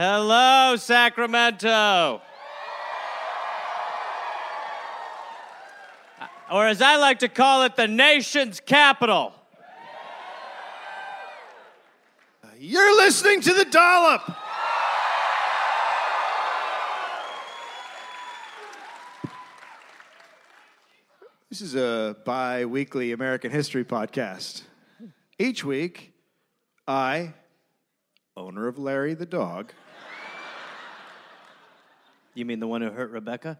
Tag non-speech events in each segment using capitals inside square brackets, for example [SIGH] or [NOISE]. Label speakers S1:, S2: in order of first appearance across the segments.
S1: Hello, Sacramento. Uh, Or as I like to call it, the nation's capital.
S2: You're listening to The Dollop. This is a bi weekly American history podcast. Each week, I, owner of Larry the dog,
S1: You mean the one who hurt Rebecca?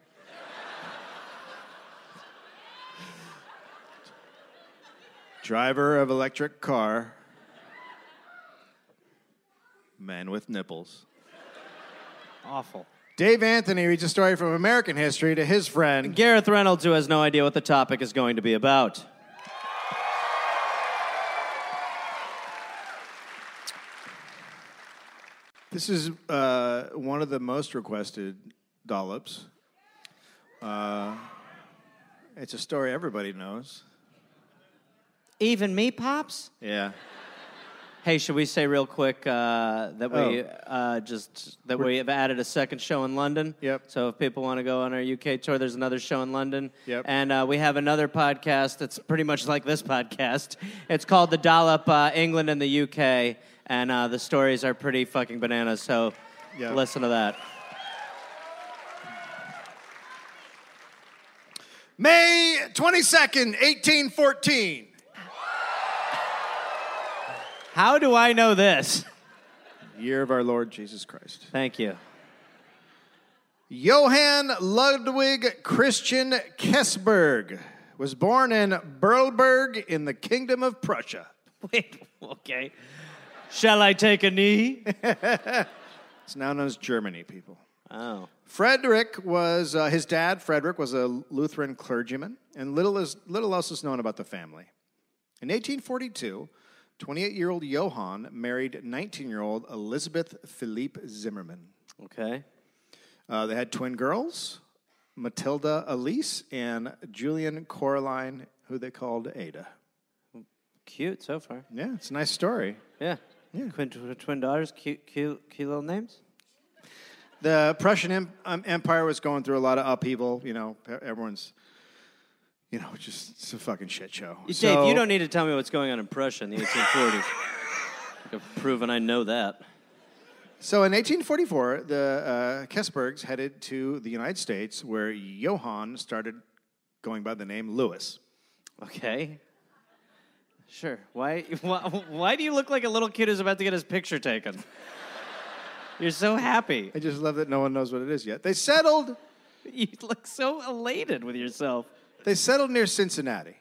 S2: driver of electric car, man with nipples.
S1: Awful.
S2: Dave Anthony reads a story from American history to his friend.
S1: Gareth Reynolds, who has no idea what the topic is going to be about.
S2: This is uh, one of the most requested dollops. Uh, it's a story everybody knows.
S1: Even me, Pops?
S2: Yeah.
S1: Hey, should we say real quick uh, that we
S2: Oh.
S1: uh, just that we have added a second show in London?
S2: Yep.
S1: So if people want to go on our UK tour, there's another show in London.
S2: Yep.
S1: And uh, we have another podcast that's pretty much like this [LAUGHS] podcast. It's called The Dollop uh, England and the UK, and uh, the stories are pretty fucking bananas. So
S2: Yep.
S1: listen to that.
S2: May 22nd, 1814.
S1: How do I know this?
S2: Year of our Lord Jesus Christ.
S1: Thank you. [LAUGHS]
S2: Johann Ludwig Christian Kessberg was born in Berlberg in the Kingdom of Prussia.
S1: Wait. Okay. Shall I take a
S2: [LAUGHS]
S1: knee?
S2: It's now known as Germany, people.
S1: oh.
S2: Frederick was, uh, his dad, Frederick, was a Lutheran clergyman, and little, is, little else is known about the family. In 1842, 28 year old Johann married 19 year old Elizabeth Philippe Zimmerman.
S1: Okay.
S2: Uh, they had twin girls, Matilda Elise and Julian Coraline, who they called Ada.
S1: Cute so far.
S2: Yeah, it's a nice story.
S1: Yeah. Twin, twin daughters, cute, cute, cute little names.
S2: The Prussian em- um, Empire was going through a lot of upheaval. You know, e- everyone's, you know, just it's a fucking shit show.
S1: Dave, you don't need to tell me what's going on in Prussia in the [LAUGHS] 1840s. I've proven I know that.
S2: So in 1844, the uh, Kessbergs headed to the United States, where Johann started going by the name Lewis.
S1: Okay. Sure. Why, why, why do you look like a little kid who's about to get his picture taken? You're so happy.
S2: I just love that no one knows what it is yet. They settled.
S1: You look so elated with yourself.
S2: They settled near Cincinnati.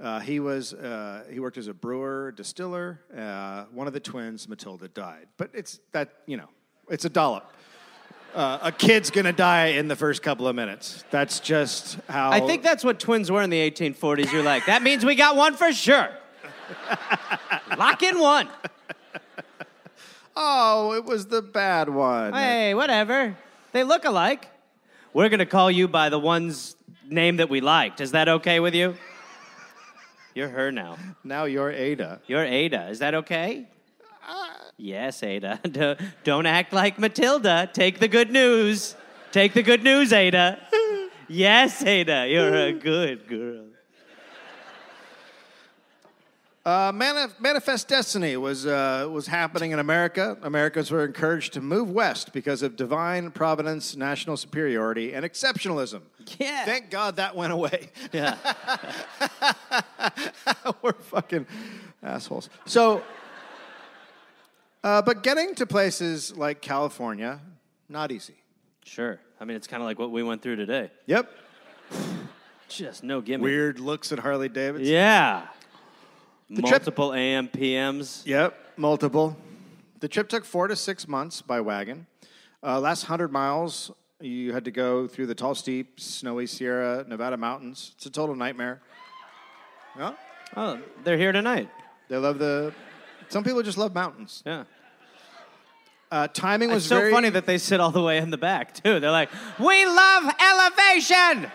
S2: Uh, he was uh, he worked as a brewer, distiller. Uh, one of the twins, Matilda, died. But it's that you know, it's a dollop. Uh, a kid's gonna die in the first couple of minutes. That's just how.
S1: I think that's what twins were in the 1840s. You're like, that means we got one for [LAUGHS] sure. Lock in one.
S2: Oh, it was the bad one.
S1: Hey, whatever. They look alike. We're going to call you by the one's name that we liked. Is that okay with you? You're her now.
S2: Now you're Ada.
S1: You're Ada. Is that okay? Uh, Yes, Ada. [LAUGHS] Do- Don't act like Matilda. Take the good news. Take the good news, Ada. [LAUGHS] Yes, Ada. You're a good girl.
S2: Uh, Manif- Manifest Destiny was, uh, was happening in America. Americans were encouraged to move west because of divine providence, national superiority, and exceptionalism.
S1: Yeah.
S2: [LAUGHS] Thank God that went [LAUGHS] away.
S1: Yeah.
S2: We're fucking assholes. So, uh, but getting to places like California, not easy.
S1: Sure. I mean, it's kind of like what we went through today.
S2: Yep.
S1: Just no gimme.
S2: Weird looks at Harley Davidson.
S1: Yeah.
S2: trip-
S1: Multiple AM, PMs.
S2: Yep, multiple. The trip took four to six months by wagon. Uh, last 100 miles, you had to go through the tall, steep, snowy Sierra Nevada mountains. It's a total nightmare. Yeah,
S1: Oh, they're here tonight.
S2: they love the. Some people just love mountains.
S1: Yeah.
S2: Uh, timing was
S1: It's so
S2: very
S1: funny that they sit all the way in the back, too. They're like, we love elevation.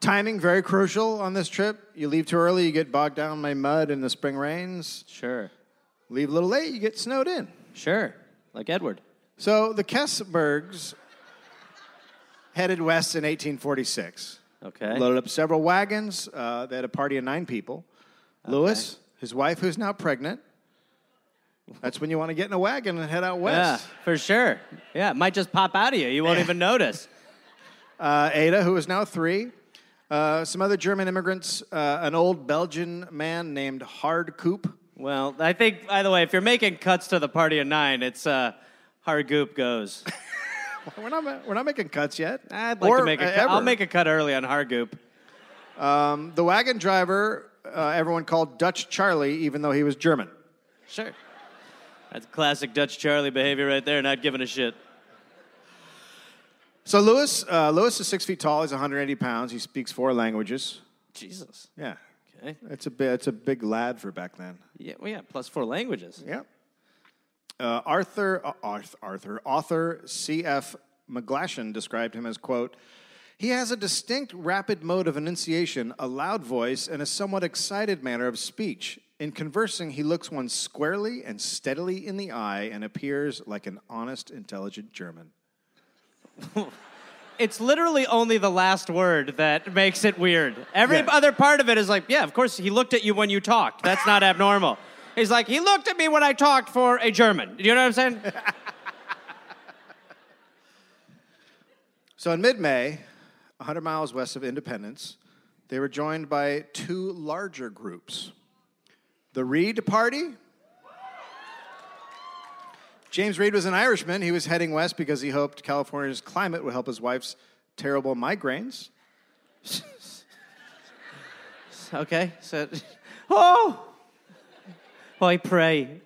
S2: Timing very crucial on this trip. You leave too early, you get bogged down by mud and the spring rains.
S1: Sure.
S2: Leave a little late, you get snowed in.
S1: Sure. Like Edward.
S2: So the Kessbergs headed west in 1846.
S1: Okay.
S2: Loaded up several wagons. Uh, they had a party of nine people. Lewis, his wife, who's now pregnant. That's when you want to get in a wagon and head out
S1: Yeah,
S2: west.
S1: for sure. Yeah, it might just pop out of you. You won't even notice.
S2: Uh, Ada, who is now three. Uh, some other German immigrants. Uh, an old Belgian man named Hard Coop.
S1: Well, I think, by the way, if you're making cuts to the party of nine, it's uh, Hargoop goes.
S2: We're not, ma- we're not making cuts yet.
S1: I'd like
S2: Or,
S1: to make a
S2: uh,
S1: cut. I'll
S2: ever.
S1: make a cut early on Hargoop.
S2: The wagon driver, uh, everyone called Dutch Charlie, even though he was German.
S1: Sure. That's classic Dutch Charlie behavior right there, not giving a shit.
S2: So Lewis, uh, Lewis is six feet tall. He's 180 pounds. He speaks four languages.
S1: Jesus.
S2: Yeah,
S1: Okay.
S2: it's a bi- it's a big lad for back then.
S1: Yeah, well, yeah, plus four languages.
S2: Yeah. Uh, Arthur, uh, Arth- Arthur, author C.F. McGlashan described him as quote. He has a distinct rapid mode of enunciation, a loud voice, and a somewhat excited manner of speech. In conversing, he looks one squarely and steadily in the eye and appears like an honest, intelligent German.
S1: It's literally only the last word that makes it weird. Every
S2: Yeah.
S1: other part of it is like, yeah, of course, he looked at you when you talked. That's not abnormal. He's like, he looked at me when I talked for a German. You know what I'm saying?
S2: So in mid May, 100 miles west of Independence, they were joined by two larger groups the Reed Party. James Reed was an Irishman. He was heading west because he hoped California's climate would help his wife's terrible migraines.
S1: [LAUGHS] okay, so, [LAUGHS] oh! I pray.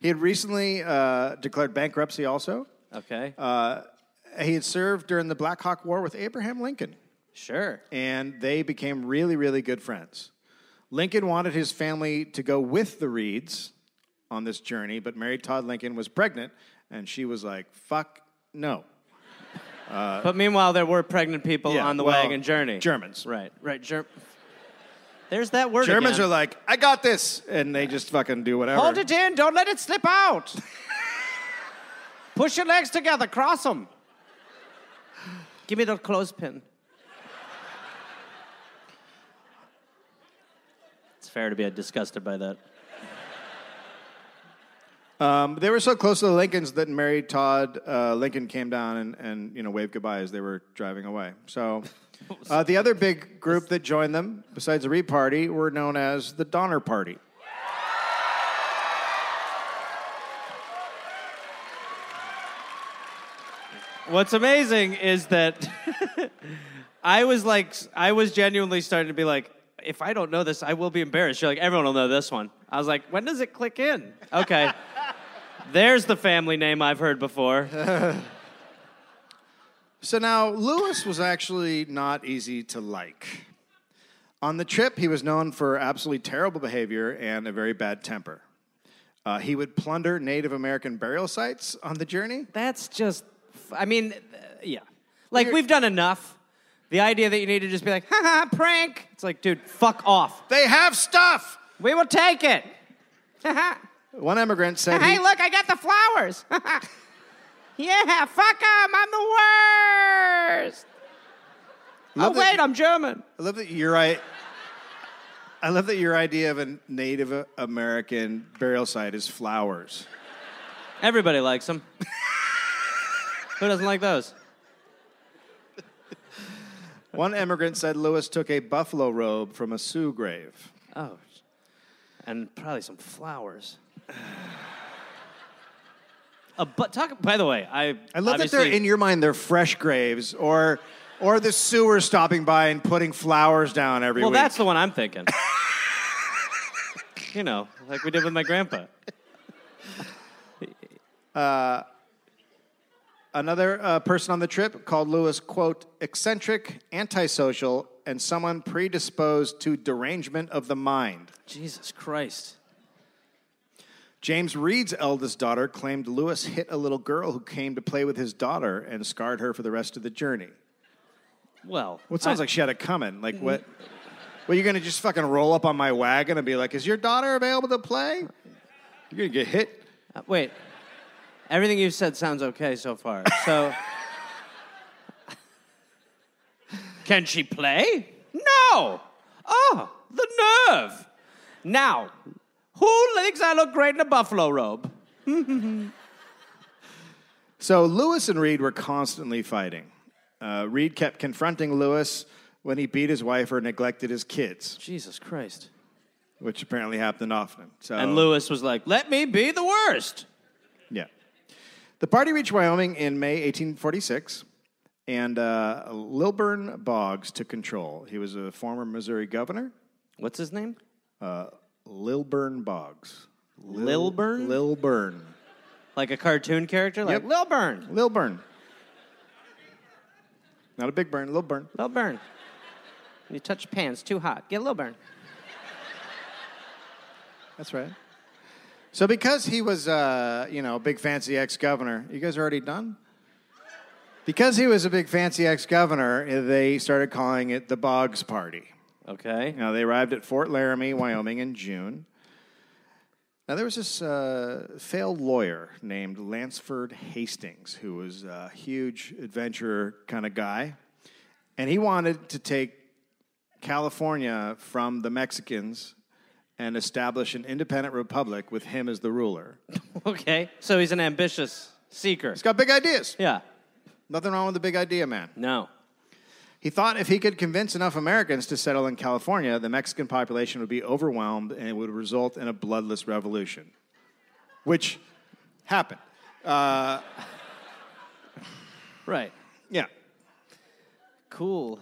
S2: He had recently uh, declared bankruptcy also.
S1: Okay,
S2: Uh, He had served during the Black Hawk War with Abraham Lincoln.
S1: sure.
S2: and they became really, really good friends. Lincoln wanted his family to go with the Reeds on this journey, but Mary Todd Lincoln was pregnant, and she was like, fuck no.
S1: But meanwhile, there were pregnant people
S2: uh, Yeah,
S1: on the
S2: well,
S1: wagon journey.
S2: Germans.
S1: Right, right. Ger- There's that word
S2: Germans
S1: again.
S2: are like, I got this, and they just fucking do whatever.
S1: Hold it in. Don't let it slip [LAUGHS] out. Push your legs together. Cross them. Give me the clothespin. It's fair to be disgusted by that.
S2: Um, they were so close to the Lincolns that Mary Todd uh, Lincoln came down and, and you know waved goodbye as they were driving away.
S1: [LAUGHS]
S2: So, uh, the other big group that joined them, besides the Reed Party, were known as the Donner Party.
S1: What's amazing is that [LAUGHS] I was like, I was genuinely starting to be like, if I don't know this, I will be embarrassed. You're like, everyone will know this one. I was like, when does it click in? [LAUGHS] Okay. There's the family name I've heard before.
S2: So now Lewis was actually not easy to like. On the trip, he was known for absolutely terrible behavior and a very bad temper. Uh, he would plunder Native American burial sites on the journey.
S1: That's just, I mean, uh, yeah. Like, we've done enough. The idea that you need to just be like, ha ha, prank. It's like, dude, fuck off.
S2: They have stuff.
S1: We will take it. [LAUGHS] Ha
S2: One immigrant said,
S1: ha.
S2: he,
S1: Hey, look, I got the flowers. [LAUGHS] Ha ha. yeah, fuck them. I'm the worst. Oh,
S2: love that-
S1: wait, I'm German.
S2: I love that your I, I love that your idea of a Native American burial site is flowers.
S1: Everybody likes [LAUGHS] them. Who doesn't like those?
S2: One immigrant said Lewis took a buffalo robe from a Sioux grave.
S1: Oh, and probably some flowers. [SIGHS] A bu- talk. By the way, I
S2: I love that
S1: obviously-
S2: they're in your mind. They're fresh graves, or or the sewer stopping by and putting flowers down every
S1: Well,
S2: week.
S1: that's the one I'm [LAUGHS] thinking. you know, like we did with my grandpa.
S2: Another uh, person on the trip called Lewis quote eccentric, antisocial, and someone predisposed to derangement of the mind.
S1: Jesus Christ.
S2: James Reed's eldest daughter claimed Lewis hit a little girl who came to play with his daughter and scarred her for the rest of the journey.
S1: Well, Mm.
S2: Well, it sounds like she had it coming. Like what? Well, you're gonna just fucking roll up on my wagon and be like, "Is your daughter available to play?" You're gonna get hit.
S1: Uh, wait, everything you've said sounds okay so far. So, [LAUGHS] can she play? No. Oh, the nerve! Now, who thinks I look great in a buffalo robe?
S2: So Lewis and Reed were constantly fighting. Uh, Reed kept confronting Lewis when he beat his wife or neglected his kids,
S1: Jesus Christ!
S2: which apparently happened often. So
S1: And Lewis was like, "Let me be the worst."
S2: Yeah. The party reached Wyoming in May 1846, and uh, Lilburn Boggs took control. He was a former Missouri governor,
S1: What's his name?
S2: Lilburn Boggs. Lil-
S1: Lilburn?
S2: Lilburn.
S1: Like a cartoon character, like
S2: Yep.
S1: Lilburn.
S2: Lilburn. Not a big burn, Lilburn.
S1: Lilburn. You touch pants too hot. Get Lilburn.
S2: That's right. So because he was, uh, you know, a big fancy ex-governor, you guys are already done? Because he was a big fancy ex-governor, they started calling it the Boggs Party.
S1: Okay.
S2: Now, they arrived at Fort Laramie, Wyoming in June. Now, there was this uh, failed lawyer named Lansford Hastings, who was a huge adventurer kind of guy. And he wanted to take California from the Mexicans and establish an independent republic with him as the ruler.
S1: [LAUGHS] Okay. So he's an ambitious seeker.
S2: He's got big ideas.
S1: Yeah.
S2: Nothing wrong with the big idea, man.
S1: No.
S2: He thought if he could convince enough Americans to settle in California, the Mexican population would be overwhelmed and it would result in a bloodless revolution, which happened.
S1: Right.
S2: Yeah.
S1: Cool.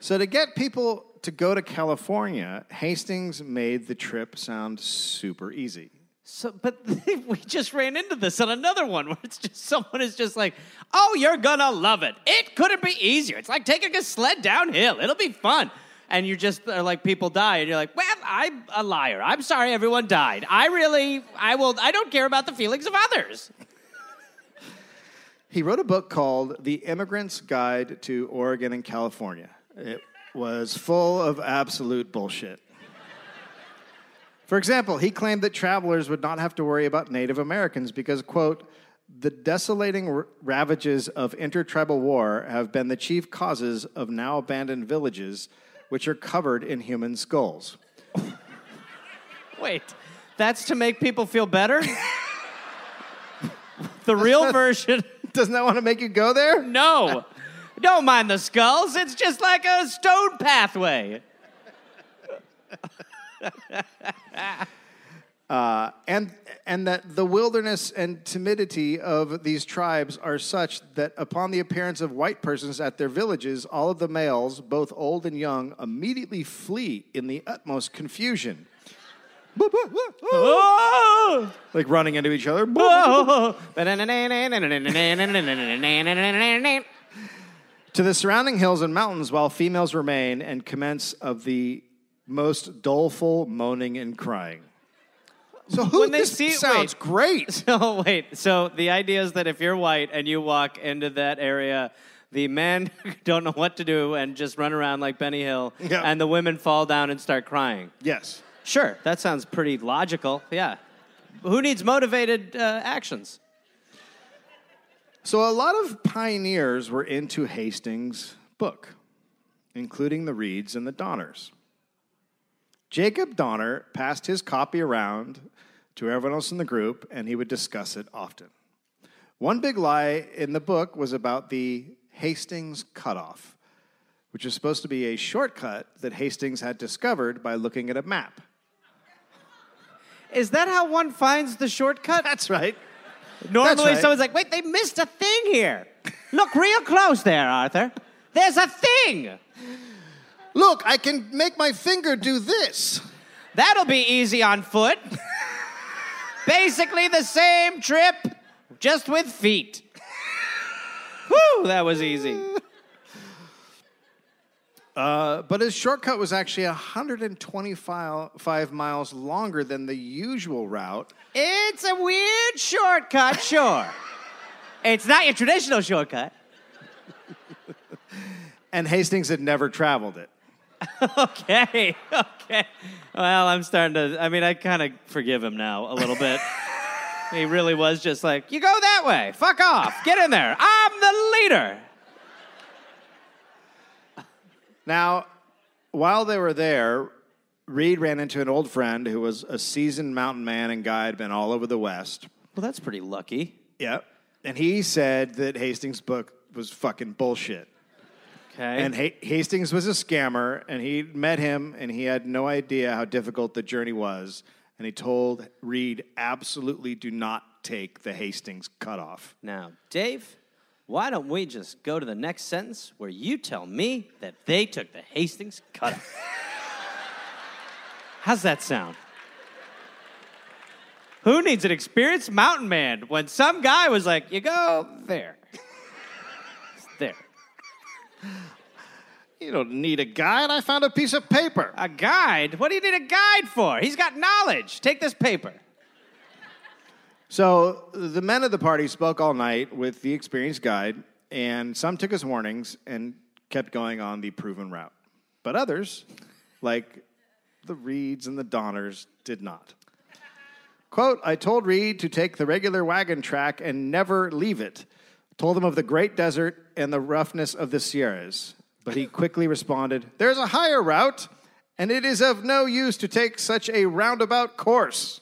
S2: So, to get people to go to California, Hastings made the trip sound super easy.
S1: So, but [LAUGHS] we just ran into this on another one where it's just someone is just like, "Oh, you're gonna love it. It couldn't be easier. It's like taking a sled downhill. It'll be fun." And you just are like, people die, and you're like, "Well, I'm a liar. I'm sorry, everyone died. I really, I will. I don't care about the feelings of others."
S2: He wrote a book called The Immigrant's Guide to Oregon and California. It was full of absolute bullshit. For example, he claimed that travelers would not have to worry about Native Americans because, quote, the desolating r- ravages of intertribal war have been the chief causes of now abandoned villages, which are covered in human skulls. [LAUGHS]
S1: Wait, that's to make people feel [LAUGHS] better. the real version.
S2: Doesn't that want to make you go
S1: [LAUGHS]
S2: there?
S1: No. Don't mind the skulls. It's just like a stone pathway.
S2: and and that the wilderness and timidity of these tribes are such that upon the appearance of white persons at their villages all of the males both old and young immediately flee in the utmost confusion
S1: Oh!
S2: like running into each other
S1: [LAUGHS] Oh!
S2: to the surrounding hills and mountains while females remain and commence of the most doleful moaning and crying so who
S1: When they
S2: this
S1: see-
S2: sounds
S1: wait.
S2: great
S1: Oh, wait. So the idea is that if you're white and you walk into that area, the men [LAUGHS] don't know what to do and just run around like Benny Hill,
S2: Yeah.
S1: and the women fall down and start crying.
S2: yes
S1: Sure, that sounds pretty logical. Yeah. Who needs motivated uh, actions?
S2: So, a lot of pioneers were into Hastings' book, including the Reeds and the Donners. Jacob Donner passed his copy around to everyone else in the group, and he would discuss it often. One big lie in the book was about the Hastings Cutoff, which was supposed to be a shortcut that Hastings had discovered by looking at a map.
S1: Is that how one finds the shortcut?
S2: [LAUGHS] That's right.
S1: Normally,
S2: right.
S1: someone's like, wait, they missed a thing here. Look real close there, Arthur. There's a thing.
S2: Look, I can make my finger do this.
S1: That'll be easy on foot. Basically, the same trip, just with feet. Whew, that was easy.
S2: But his shortcut was actually 125 miles longer than the usual route.
S1: It's a weird shortcut, sure. It's not your traditional shortcut.
S2: And Hastings had never traveled it.
S1: [LAUGHS] Okay, okay. Well, I'm starting to. I mean, I kind of forgive him now a little bit. he really was just like, "You go that way. Fuck off. Get in there. I'm the leader."
S2: Now, while they were there, Reed ran into an old friend who was a seasoned mountain man and guide, been all over the West.
S1: Well, that's pretty lucky.
S2: Yep. And he said that Hastings' book was fucking bullshit.
S1: Okay.
S2: And ha- Hastings was a scammer, and he met him, and he had no idea how difficult the journey was. And he told Reed, absolutely do not take the Hastings cutoff.
S1: now, Dave, why don't we just go to the next sentence where you tell me that they took the Hastings cut off? [LAUGHS] How's that sound? Who needs an experienced mountain man when some guy was like, "You go there." [LAUGHS] It's there.
S2: You don't need a guide. I found a piece of paper.
S1: A guide? What do you need a guide for? He's got knowledge. Take this paper. [LAUGHS]
S2: So the men of the party spoke all night with the experienced guide, and some took his warnings and kept going on the proven route. But others, like the Reeds and the Donners, did not. Quote, I told Reed to take the regular wagon track and never leave it. Told him of the great desert and the roughness of the Sierras. But he quickly responded, There's a higher route, and it is of no use to take such a roundabout course.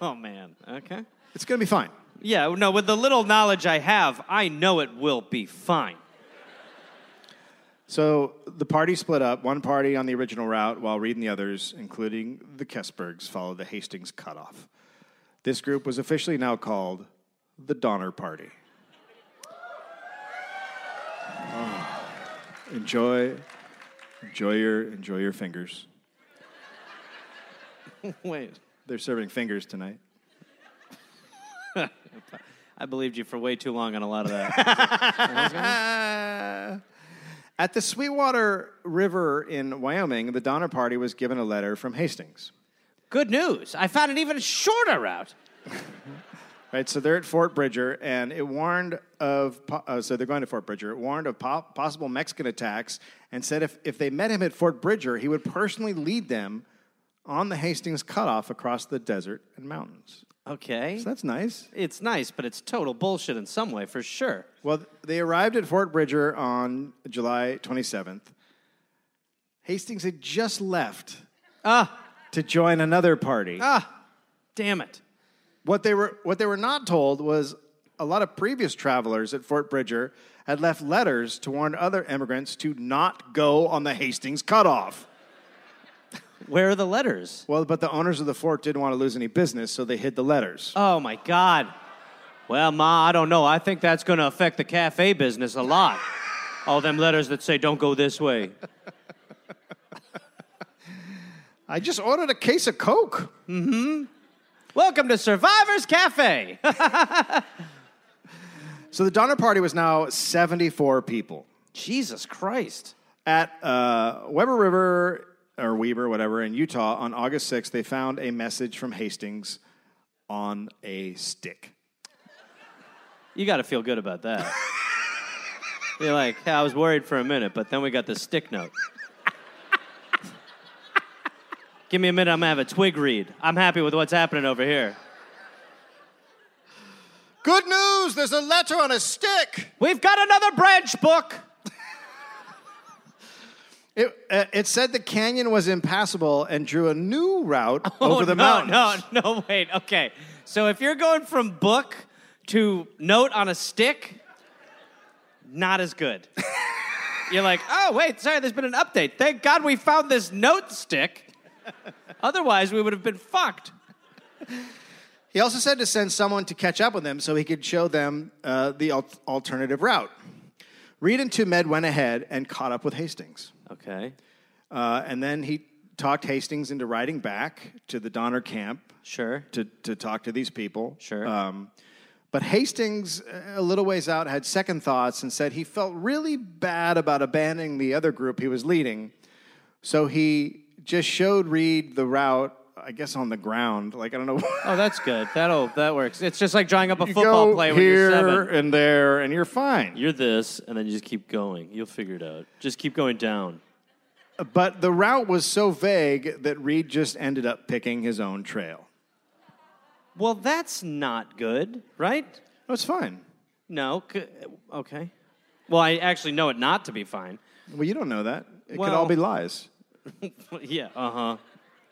S1: Oh, man. Okay.
S2: It's going to be fine.
S1: Yeah, no, with the little knowledge I have, I know it will be fine. [LAUGHS]
S2: So the party split up, one party on the original route, while Reed and the others, including the Kessbergs, followed the Hastings cutoff. This group was officially now called the Donner Party. Oh, enjoy, enjoy your, enjoy your fingers.
S1: Wait.
S2: They're serving fingers tonight.
S1: I believed you for way too long on a lot of that.
S2: Uh, At the Sweetwater River in Wyoming, the Donner Party was given a letter from Hastings.
S1: [LAUGHS] Good news. I found an even shorter route.
S2: Right, so they're at Fort Bridger, and it warned of. po- Uh, so they're going to Fort Bridger. It warned of po- possible Mexican attacks, and said if, if they met him at Fort Bridger, he would personally lead them on the Hastings Cutoff across the desert and mountains.
S1: Okay.
S2: So that's nice.
S1: It's nice, but it's total bullshit in some way, for sure.
S2: Well, they arrived at Fort Bridger on July 27th. Hastings had just left
S1: Ah,
S2: to join another party.
S1: ah, damn it.
S2: What they were what they were not told was a lot of previous travelers at Fort Bridger had left letters to warn other immigrants to not go on the Hastings cutoff.
S1: Where are the letters?
S2: Well, but the owners of the fort didn't want to lose any business, so they hid the letters.
S1: Oh, my God. Well, Ma, I don't know. I think that's going to affect the cafe business a lot. All them letters that say, don't go this way.
S2: I just ordered a case of Coke.
S1: [LAUGHS] Welcome to Survivor's Cafe.
S2: So the Donner Party was now 74 people.
S1: [LAUGHS] Jesus Christ.
S2: At uh, Weber River, or Weber, whatever, in Utah, on August 6th, they found a message from Hastings on a stick.
S1: You got to feel good about
S2: [LAUGHS]
S1: that. You're like, "Hey, I was worried for a minute, but then we got the stick note. Give me a minute, I'm going to have a twig read. I'm happy with what's happening over here.
S2: Good news! There's a letter on a stick!
S1: We've got another branch book.
S2: It, uh, it said the canyon was impassable and drew a new route
S1: [LAUGHS]
S2: over the
S1: Oh, no,
S2: mountain.
S1: No, no, wait. Okay. So if you're going from book to note on a stick, not as good.
S2: [LAUGHS]
S1: you're like, oh, wait, sorry, there's been an update. Thank God we found this note stick. Otherwise, we would have been fucked.
S2: He also said to send someone to catch up with him so he could show them uh, the al- alternative route. Reed and two men went ahead and caught up with Hastings.
S1: Okay.
S2: Uh, and then he talked Hastings into riding back to the Donner camp
S1: Sure.
S2: to, to talk to these people.
S1: Sure.
S2: Um, but Hastings, uh, a little ways out, had second thoughts and said he felt really bad about abandoning the other group he was leading. So he just showed Reed the route, I guess on the ground. Like I don't know. [LAUGHS]
S1: Oh, that's good. That'll that works. It's just like drawing up a
S2: you
S1: football
S2: go
S1: play when
S2: here
S1: you're seven.
S2: and there, and you're fine.
S3: You're this, and then you just keep going. You'll figure it out. Just keep going down.
S2: But the route was so vague that Reed just ended up picking his own trail.
S1: Well, that's not good, right?
S2: It was fine.
S1: No. c- Okay. Well, I actually know it not to be fine. [LAUGHS]
S2: Well, you don't know that. It could
S1: Well-
S2: all be lies.
S1: yeah. Uh huh.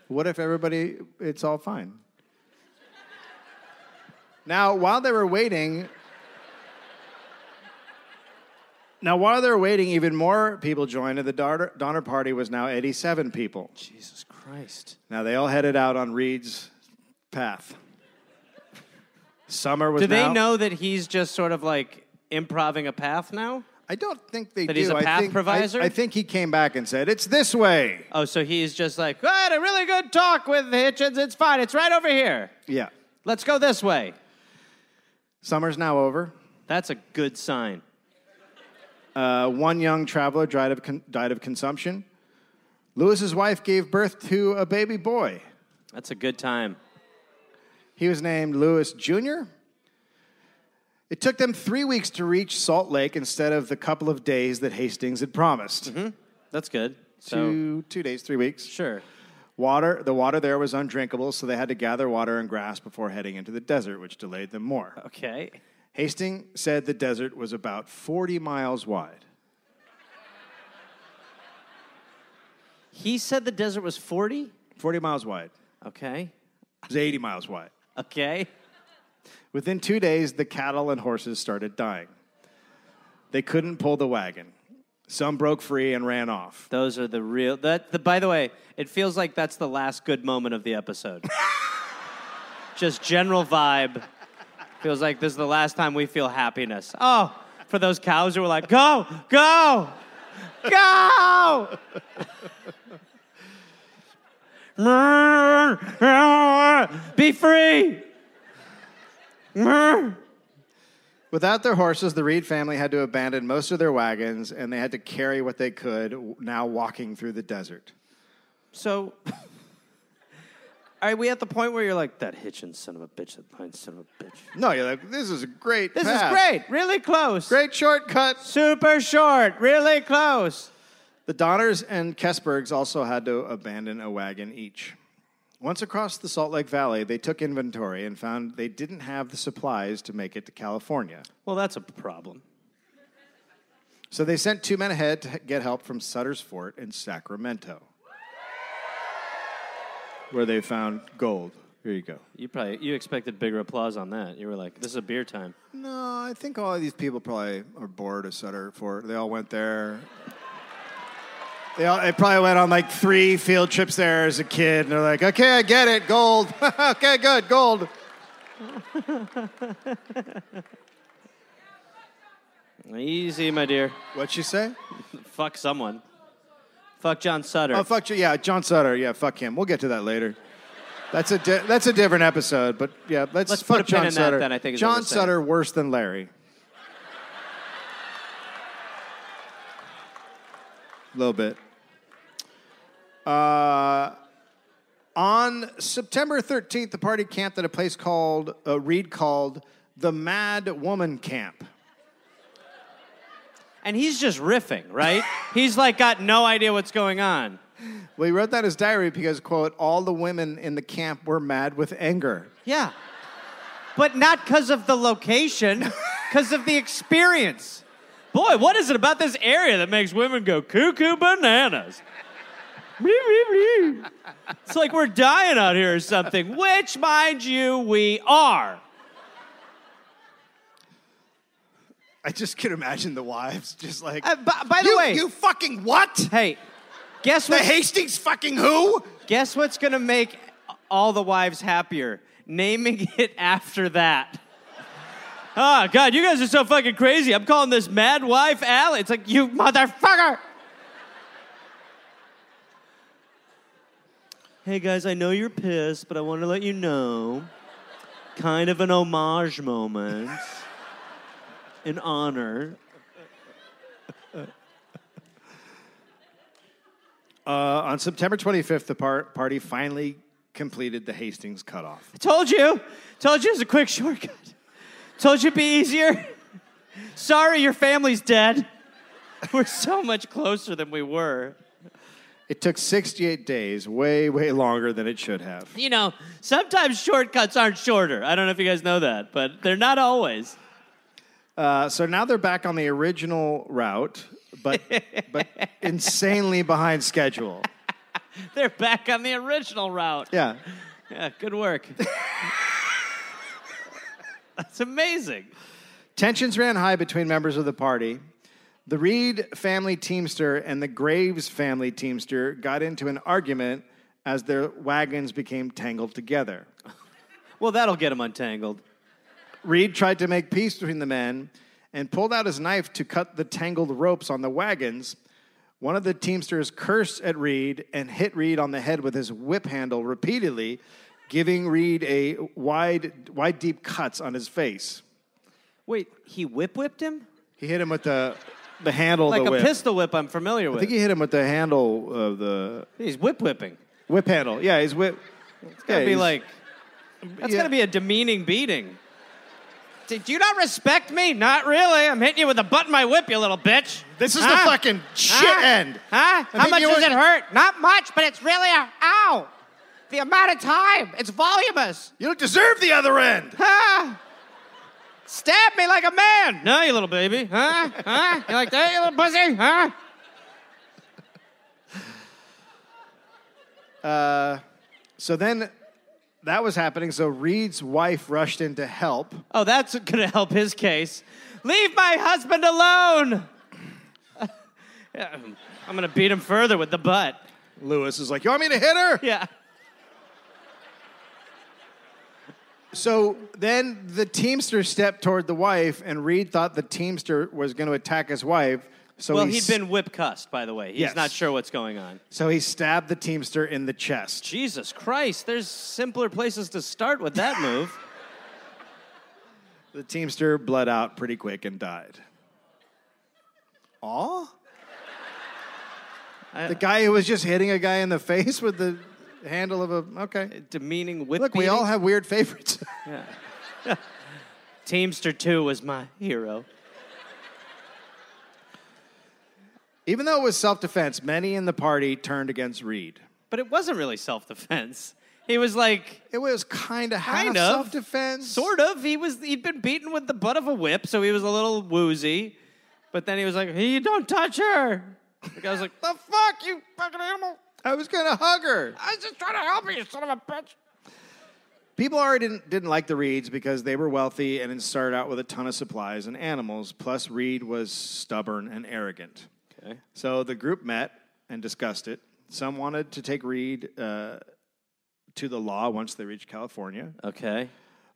S2: What if everybody, it's all fine? Now, while they were waiting, now while they were waiting, even more people joined, and the Donner Donner Party was now 87 people.
S1: Jesus Christ.
S2: Now they all headed out on Reed's path. Summer was.
S1: Do they
S2: now-
S1: know that he's just sort of like improving a path now?
S2: I don't think they
S1: That
S2: do.
S1: he's a
S2: I
S1: path
S2: think- I-
S1: proviser?
S2: I think he came back and said, "It's this way."
S1: Oh, so he's just like, I had a really good talk with Hitchens. It's fine. It's right over here.
S2: Yeah.
S1: Let's go this way.
S2: Summer's now over.
S1: That's a good sign.
S2: Uh, one young traveler died of, con- died of consumption. Lewis's wife gave birth to a baby boy.
S1: That's a good time.
S2: He was named Lewis Jr. It took them three weeks to reach Salt Lake instead of the couple of days that Hastings had promised.
S1: That's good. So,
S2: Two, two days, three weeks.
S1: sure.
S2: Water, the water there was undrinkable, so they had to gather water and grass before heading into the desert, which delayed them more.
S1: Okay.
S2: Hastings said the desert was about 40 miles wide.
S1: He said the desert was 40?
S2: 40 miles wide.
S1: Okay.
S2: It was 80 miles wide.
S1: Okay.
S2: Within two days, the cattle and horses started dying. They couldn't pull the wagon. Some broke free and ran off.
S1: Those are the real. That the, by the way, it feels like that's the last good moment of the [LAUGHS] episode. Just general vibe. Feels like this is the last time we feel happiness. Oh, for those cows who were like, go, go, go. [LAUGHS] Be free.
S2: Without their horses, the Reed family had to abandon most of their wagons and they had to carry what they could, w- now walking through the desert.
S1: So, [LAUGHS] are we at the point where you're like, that Hitchens son of a bitch, that Lyons son of a bitch?
S2: No, you're like, this is a great
S1: This is
S2: path.
S1: great. Really close.
S2: Great shortcut.
S1: Super short. Really close.
S2: The Donners and Kessbergs also had to abandon a wagon each. Once across the Salt Lake Valley, they took inventory and found they didn't have the supplies to make it to California.
S1: Well, that's a problem.
S2: So they sent two men ahead to get help from Sutter's Fort in Sacramento, where they found gold. Here you go.
S1: You probably you expected bigger applause on that. You were like, "This is a beer time."
S2: No, I think all of these people probably are bored of Sutter Fort. They all went there. They, all, they probably went on like three field trips there as a kid, and they're like, okay, I get it, gold. [LAUGHS] okay, good, gold.
S1: Easy, my dear.
S2: What'd she say?
S1: Fuck someone. Fuck John Sutter.
S2: Oh, fuck you. Yeah, John Sutter. Yeah, fuck him. We'll get to that later. That's a di- that's a different episode, but yeah, let's,
S1: Let's put
S2: fuck
S1: a pin
S2: John
S1: in that
S2: Sutter.
S1: then, I think is what
S2: John
S1: we're saying.
S2: Sutter worse than Larry. A little bit. Uh, on September 13th, the party camped at a place called uh, Reed called the Mad Woman Camp.
S1: and he's just riffing, right? he's like got no idea what's going on.
S2: Well, he wrote that in his diary because quote all the women in the camp were mad with anger.
S1: Yeah. But not because of the location, [LAUGHS] because of the experience. Boy, what is it about this area that makes women go cuckoo bananas? it's like we're dying out here or something, which, mind you, we are.
S2: I just could imagine the wives just like.
S1: Uh, by, by the
S2: you,
S1: way,
S2: you fucking what?
S1: hey, guess
S2: The
S1: what?
S2: Hastings fucking who?
S1: Guess what's gonna make all the wives happier? Naming [LAUGHS] it after that. Oh God, you guys are so fucking crazy. I'm calling this Mad Wife Alley. It's like you motherfucker. Hey guys, I know you're pissed, but I want to let you know, kind of an homage moment, in honor.
S2: Uh, on September 25th, the par- party finally completed the Hastings cutoff.
S1: Told you. Told you it was a quick shortcut. Told you it'd be easier. Sorry, your family's dead. We're so much closer than we were.
S2: It took 68 days, way, way longer than it should have.
S1: You know, sometimes shortcuts aren't shorter. I don't know if you guys know that, but they're not always.
S2: Uh, so now they're back on the original route, but
S1: [LAUGHS]
S2: but insanely behind schedule.
S1: They're back on the original route.
S2: Yeah.
S1: Yeah, good work. That's amazing.
S2: Tensions ran high between members of the party. The Reed family teamster and the Graves family teamster got into an argument as their wagons became tangled together.
S1: Well, that'll get them untangled.
S2: Reed tried to make peace between the men and pulled out his knife to cut the tangled ropes on the wagons. One of the teamsters cursed at Reed and hit Reed on the head with his whip handle repeatedly, giving Reed a wide, wide, deep cuts on his face.
S1: Wait, he whip whipped him?
S2: He hit him with the, the handle
S1: Like
S2: of the
S1: a
S2: whip.
S1: pistol whip I'm familiar
S2: I
S1: with.
S2: think he hit him with the handle of the
S1: He's whip whipping.
S2: whip handle. Yeah, he's whip. It's
S1: Gotta be like, that's
S2: yeah.
S1: gotta be a demeaning beating. Do do you not respect me? Not really. I'm hitting you with the butt of my whip, you little bitch.
S2: this is
S1: Huh?
S2: the fucking shit
S1: Huh?
S2: end.
S1: Huh?
S2: I
S1: How
S2: think
S1: much
S2: you
S1: does it
S2: would-
S1: hurt? Not much, but it's really a ow. The amount of time. It's voluminous.
S2: You don't deserve the other end.
S1: Ah! Stab me like a man. No, you little baby. Huh? Huh? You like that, you little pussy? Huh?
S2: So then that was happening. So Reed's wife rushed in to help.
S1: Oh, that's gonna help his case. Leave my husband alone. Yeah, [LAUGHS] I'm gonna beat him further with the butt.
S2: Lewis is like, You want me to hit her?
S1: Yeah.
S2: So then the Teamster stepped toward the wife, and Reed thought the Teamster was going to attack his wife. So
S1: Well,
S2: he
S1: he'd
S2: s-
S1: been whip cussed, by the way. He's
S2: Yes.
S1: not sure what's going on.
S2: So he stabbed the Teamster in the chest.
S1: Jesus Christ, there's simpler places to start with that move. [LAUGHS]
S2: The Teamster bled out pretty quick and died. Aw?
S1: I-
S2: The guy who was just hitting a guy in the face with the handle of a. Okay.
S1: Demeaning whip
S2: Look, we
S1: beating.
S2: all have weird favorites. [LAUGHS]
S1: Teamster 2 was my hero.
S2: Even though it was self defense, many in the party turned against Reed.
S1: But it wasn't really self defense. He was like,
S2: It was kind of half
S1: Kind of.
S2: self defense.
S1: sort of. He was he'd been beaten with the butt of a whip, so he was a little woozy. But then he was like, "Hey, don't touch her." The guy was like,
S2: The fuck, you fucking animal! I was gonna hug her. I was just trying to help her, you son of a bitch. People already didn't, didn't like the Reeds because they were wealthy and had started out with a ton of supplies and animals. Plus, Reed was stubborn and arrogant.
S1: Okay.
S2: So the group met and discussed it. Some wanted to take Reed uh, to the law once they reached California.
S1: "Okay,"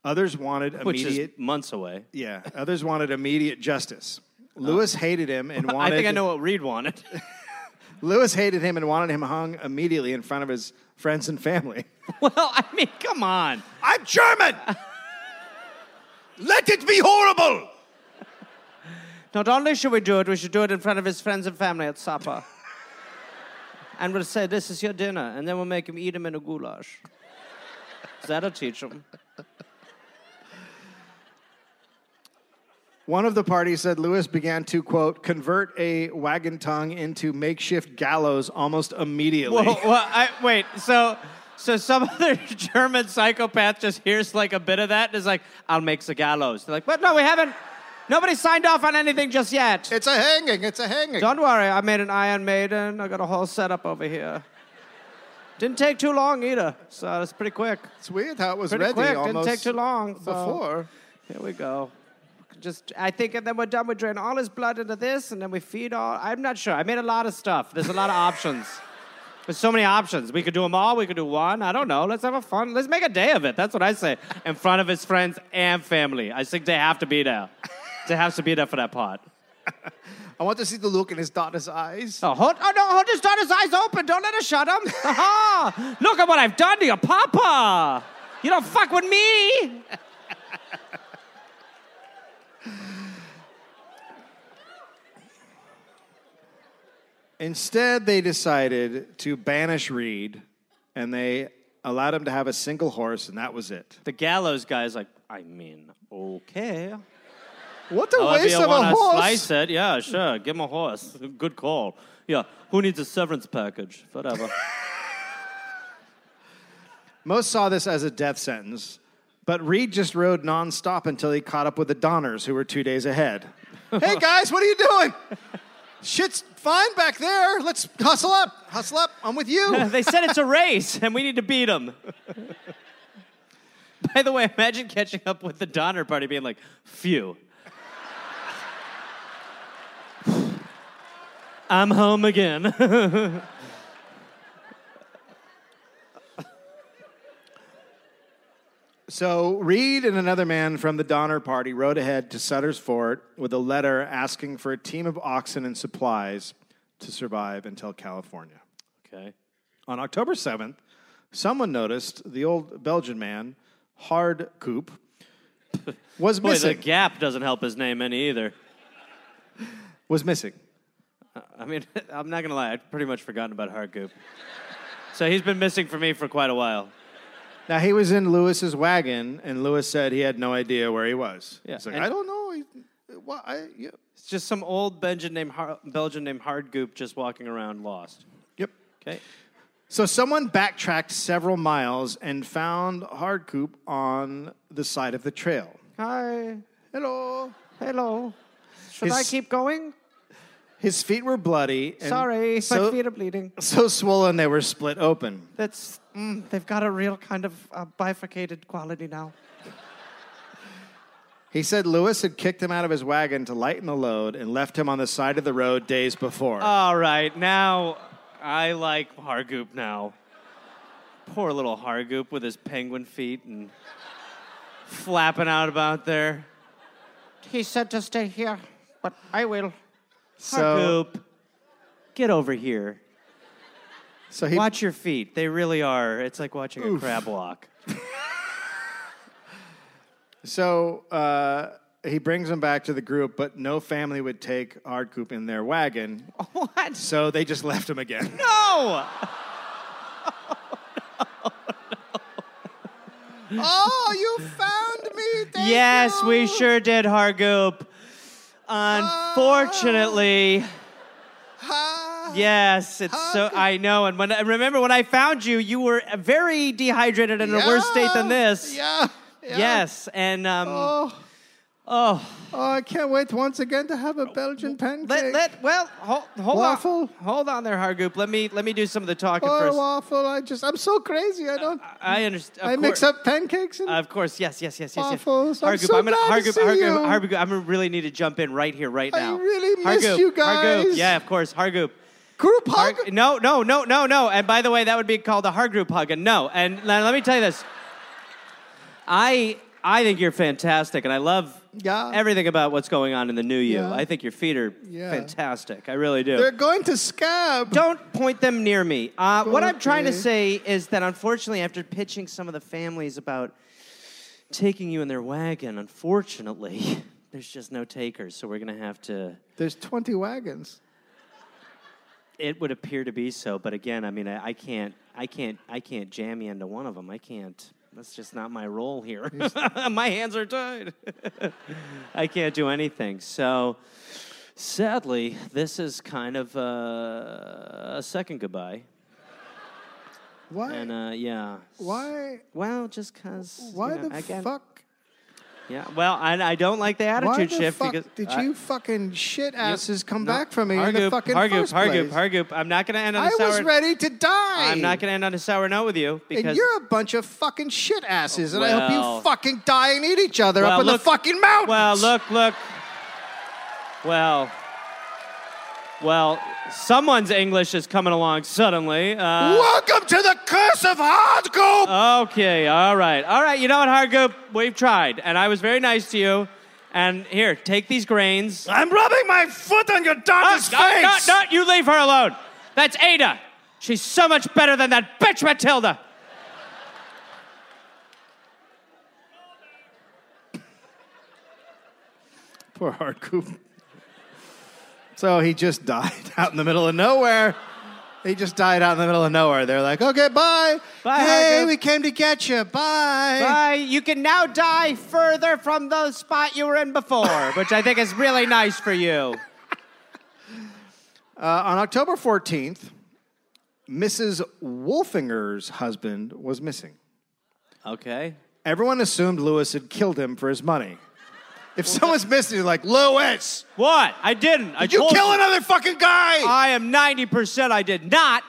S2: Others wanted
S1: which
S2: immediate.
S1: is months away.
S2: yeah. Others wanted immediate justice. Lewis hated him and wanted.
S1: I think I know what Reed wanted. [LAUGHS]
S2: Lewis hated him and wanted him hung immediately in front of his friends and family.
S1: well, I mean, come on.
S2: I'm German! Let it be horrible!
S1: Not only should we do it, we should do it in front of his friends and family at [LAUGHS] supper. and we'll say, "This is your dinner," and then we'll make him eat him in a goulash. That'll teach him.
S2: One of the party said Lewis began to, quote, convert a wagon tongue into makeshift gallows almost immediately.
S1: [LAUGHS] Well, well I, wait. So, so some [LAUGHS] other German psychopath just hears like a bit of that and is like, "I'll make the gallows." They're like, "But no, we haven't. Nobody signed off on anything just yet.
S2: [LAUGHS] It's a hanging, it's a hanging.
S1: Don't worry. I made an Iron Maiden. I got a whole setup over here. Didn't take too long either. So it's pretty quick.
S2: it's weird how it was
S1: Pretty
S2: ready
S1: quick. Didn't
S2: almost
S1: take too long. so
S2: before.
S1: here we go. Just, I think, and then we're done. We drain all his blood into this, and then we feed all. I'm not sure. I made a lot of stuff. There's a lot of
S2: [LAUGHS]
S1: options. There's so many options. We could do them all. We could do one. I don't know. Let's have a fun. Let's make a day of it. That's what I say. In front of his friends and family. I think they have to be there. They have to be there for that part.
S2: I want to see the look in his daughter's eyes.
S1: Oh, hold, oh no, hold his daughter's eyes open. Don't let her shut him.
S2: [LAUGHS]
S1: Aha! Look at what I've done to your papa. You don't fuck with me.
S2: Instead, they decided to banish Reed and they allowed him to have a single horse, and that was it.
S3: The gallows guy's like, I mean, okay.
S2: What a
S3: Oh, if
S2: waste
S3: you
S2: of a
S3: wanna
S2: horse!
S3: Slice it, yeah, sure. Give him a horse. Good call. Yeah, who needs a severance package? Whatever.
S2: Most saw this as a death sentence, but Reed just rode nonstop until he caught up with the Donners, who were two
S1: [LAUGHS]
S2: days ahead. hey guys, what are you doing? Shit's fine back there. Let's hustle up. Hustle up. I'm with you.
S1: [LAUGHS] they said it's a race and we need to beat them. By the way, imagine catching up with the Donner Party being like,
S3: [SIGHS]
S1: phew. I'm home [LAUGHS] again.
S2: So Reed and another man from the Donner Party rode ahead to Sutter's Fort with a letter asking for a team of oxen and supplies to survive until California.
S3: [LAUGHS] okay.
S2: On October 7th, someone noticed the old Belgian man, Hard Coop, was
S3: Boy, the
S2: missing.
S3: gap doesn't help his name any either.
S2: was missing.
S1: I mean, [LAUGHS] I'm not gonna lie, I'd pretty much forgotten about Hargoop. So he's been missing for me for quite a while.
S2: Now he was in Lewis's wagon, and Lewis said he had no idea where he was.
S1: Yeah,
S2: He's like,
S1: and-
S2: I don't know. I- Why? I, yeah.
S1: It's just some old Belgian named Har- Belgian named Hardgoop just walking around lost.
S2: Yep.
S1: Okay.
S2: So someone backtracked several miles and found Hardcoop on the side of the trail.
S1: Hi.
S2: Hello.
S1: Hello. Should
S2: I keep
S1: going?
S2: His feet were bloody. And so,
S1: are bleeding.
S2: so swollen they were split open.
S1: That's mm, they've got a real kind of uh, bifurcated quality now.
S2: He said Lewis had kicked him out of his wagon to lighten the load and left him on the side of the road days before.
S1: All right, now I like Hargoop now. Poor little Hargoop with his penguin feet and flapping out about there.
S4: He said to stay here, but I will.
S2: so,
S1: Hargoop, get over here.
S2: so he
S1: Watch your feet. They really are. It's like watching a crab walk.
S2: So uh, he brings them back to the group, but no family would take Hardcoop in their wagon,
S1: [LAUGHS] What?
S2: so they just left him again.
S1: No!
S2: oh, you found [LAUGHS] me! Thank
S1: Yes, we
S2: you.
S1: sure did, Hargoop. Unfortunately,
S2: Ah.
S1: yes, it's so I know. And when I remember when I found you, you were very dehydrated and in a worse state than this.
S2: Yeah. yeah.
S1: Yes, and um, oh,
S2: Oh, oh, I can't wait once again to have a Belgian pancake.
S1: let let well hold, hold
S2: Waffle?
S1: on, hold on there, Hargoop. Let me let me do some of the talking
S2: oh,
S1: first. Uh,
S2: waffle! I just, I'm so crazy. I don't.
S1: I understand.
S2: I mix up pancakes and.
S1: Of course, yes, yes, yes, yes, yes.
S2: Waffles, I'm so glad to
S1: Hargoop,
S2: see
S1: Hargoop, Hargoop, I'm really need to jump in right here, right
S2: I
S1: now.
S2: really miss
S1: Hargoop,
S2: you
S1: Hargoop.
S2: guys.
S1: Yeah, of course, Hargoop.
S2: group hug.
S1: Har- no, no, no, no, no. And by the way, that would be called a hard group hug. And no, and now let me tell you this. I I think you're fantastic, and I love
S2: Yeah.
S1: everything about what's going on in the new you.
S2: Yeah.
S1: I think your feet are
S2: Yeah.
S1: fantastic. I really do.
S2: They're going to scab.
S1: Don't point them near me. Uh, What I'm trying to
S2: Okay.
S1: say is that unfortunately, after pitching some of the families about taking you in their wagon, unfortunately, [LAUGHS] there's just no takers. So we're gonna have to.
S2: There's 20 wagons.
S1: It would appear to be so, but again, I mean, I, I can't, I can't, I can't jam you into one of them. I can't. That's just not my role here. [LAUGHS] my hands are tied. [LAUGHS] I can't do anything. So, sadly, this is kind of uh, a second goodbye.
S2: Why?
S1: And uh, yeah.
S2: Why?
S1: Well, just cause.
S2: Why
S1: you know,
S2: the
S1: again-
S2: fuck?
S1: Yeah. Well, I, I don't like the attitude
S2: Why the
S1: shift
S2: fuck
S1: because
S2: did
S1: I-
S2: you fucking shit
S1: Yep.
S2: asses come
S1: No,
S2: back for me in
S1: Hargoop,
S2: the fucking
S1: Hargoop,
S2: first
S1: Hargoop,
S2: place?
S1: Hargoop, I'm not gonna end on a
S2: I
S1: sour.
S2: was ready to die.
S1: I'm not gonna end on a sour note with you because
S2: And you're a bunch of fucking shit asses, and I hope
S1: Well.
S2: you fucking die and eat each other
S1: Well,
S2: up in
S1: look-
S2: the fucking mountains.
S1: Well, look, look. Well, well, someone's English is coming along suddenly. Uh,
S2: Welcome to the curse of Hardcoop.
S1: Okay, all right. All right, you know what, Hargoop? We've tried, and I was very nice to you. And here, take these grains.
S2: I'm rubbing my foot on your daughter's
S1: No, no, no, no, you leave her alone. That's Ada. She's so much better than that bitch Matilda.
S2: Poor [LAUGHS] Hardcoop. So he just died out in the middle of nowhere. He just died out in the middle of nowhere. They're like, okay, bye.
S1: Bye,
S2: Hey,
S1: Hagrid.
S2: we came to get you. Bye.
S1: Bye. You can now die further from the spot you were in before, which I think is really nice for you.
S2: Uh, on October 14th, Mrs. Wolfinger's husband was missing.
S1: Okay.
S2: Everyone assumed Lewis had killed him for his money. If someone's missing, you're like, Lewis,
S1: What? I didn't. I
S2: did you
S1: told
S2: kill another fucking guy?
S1: I am 90% I did not.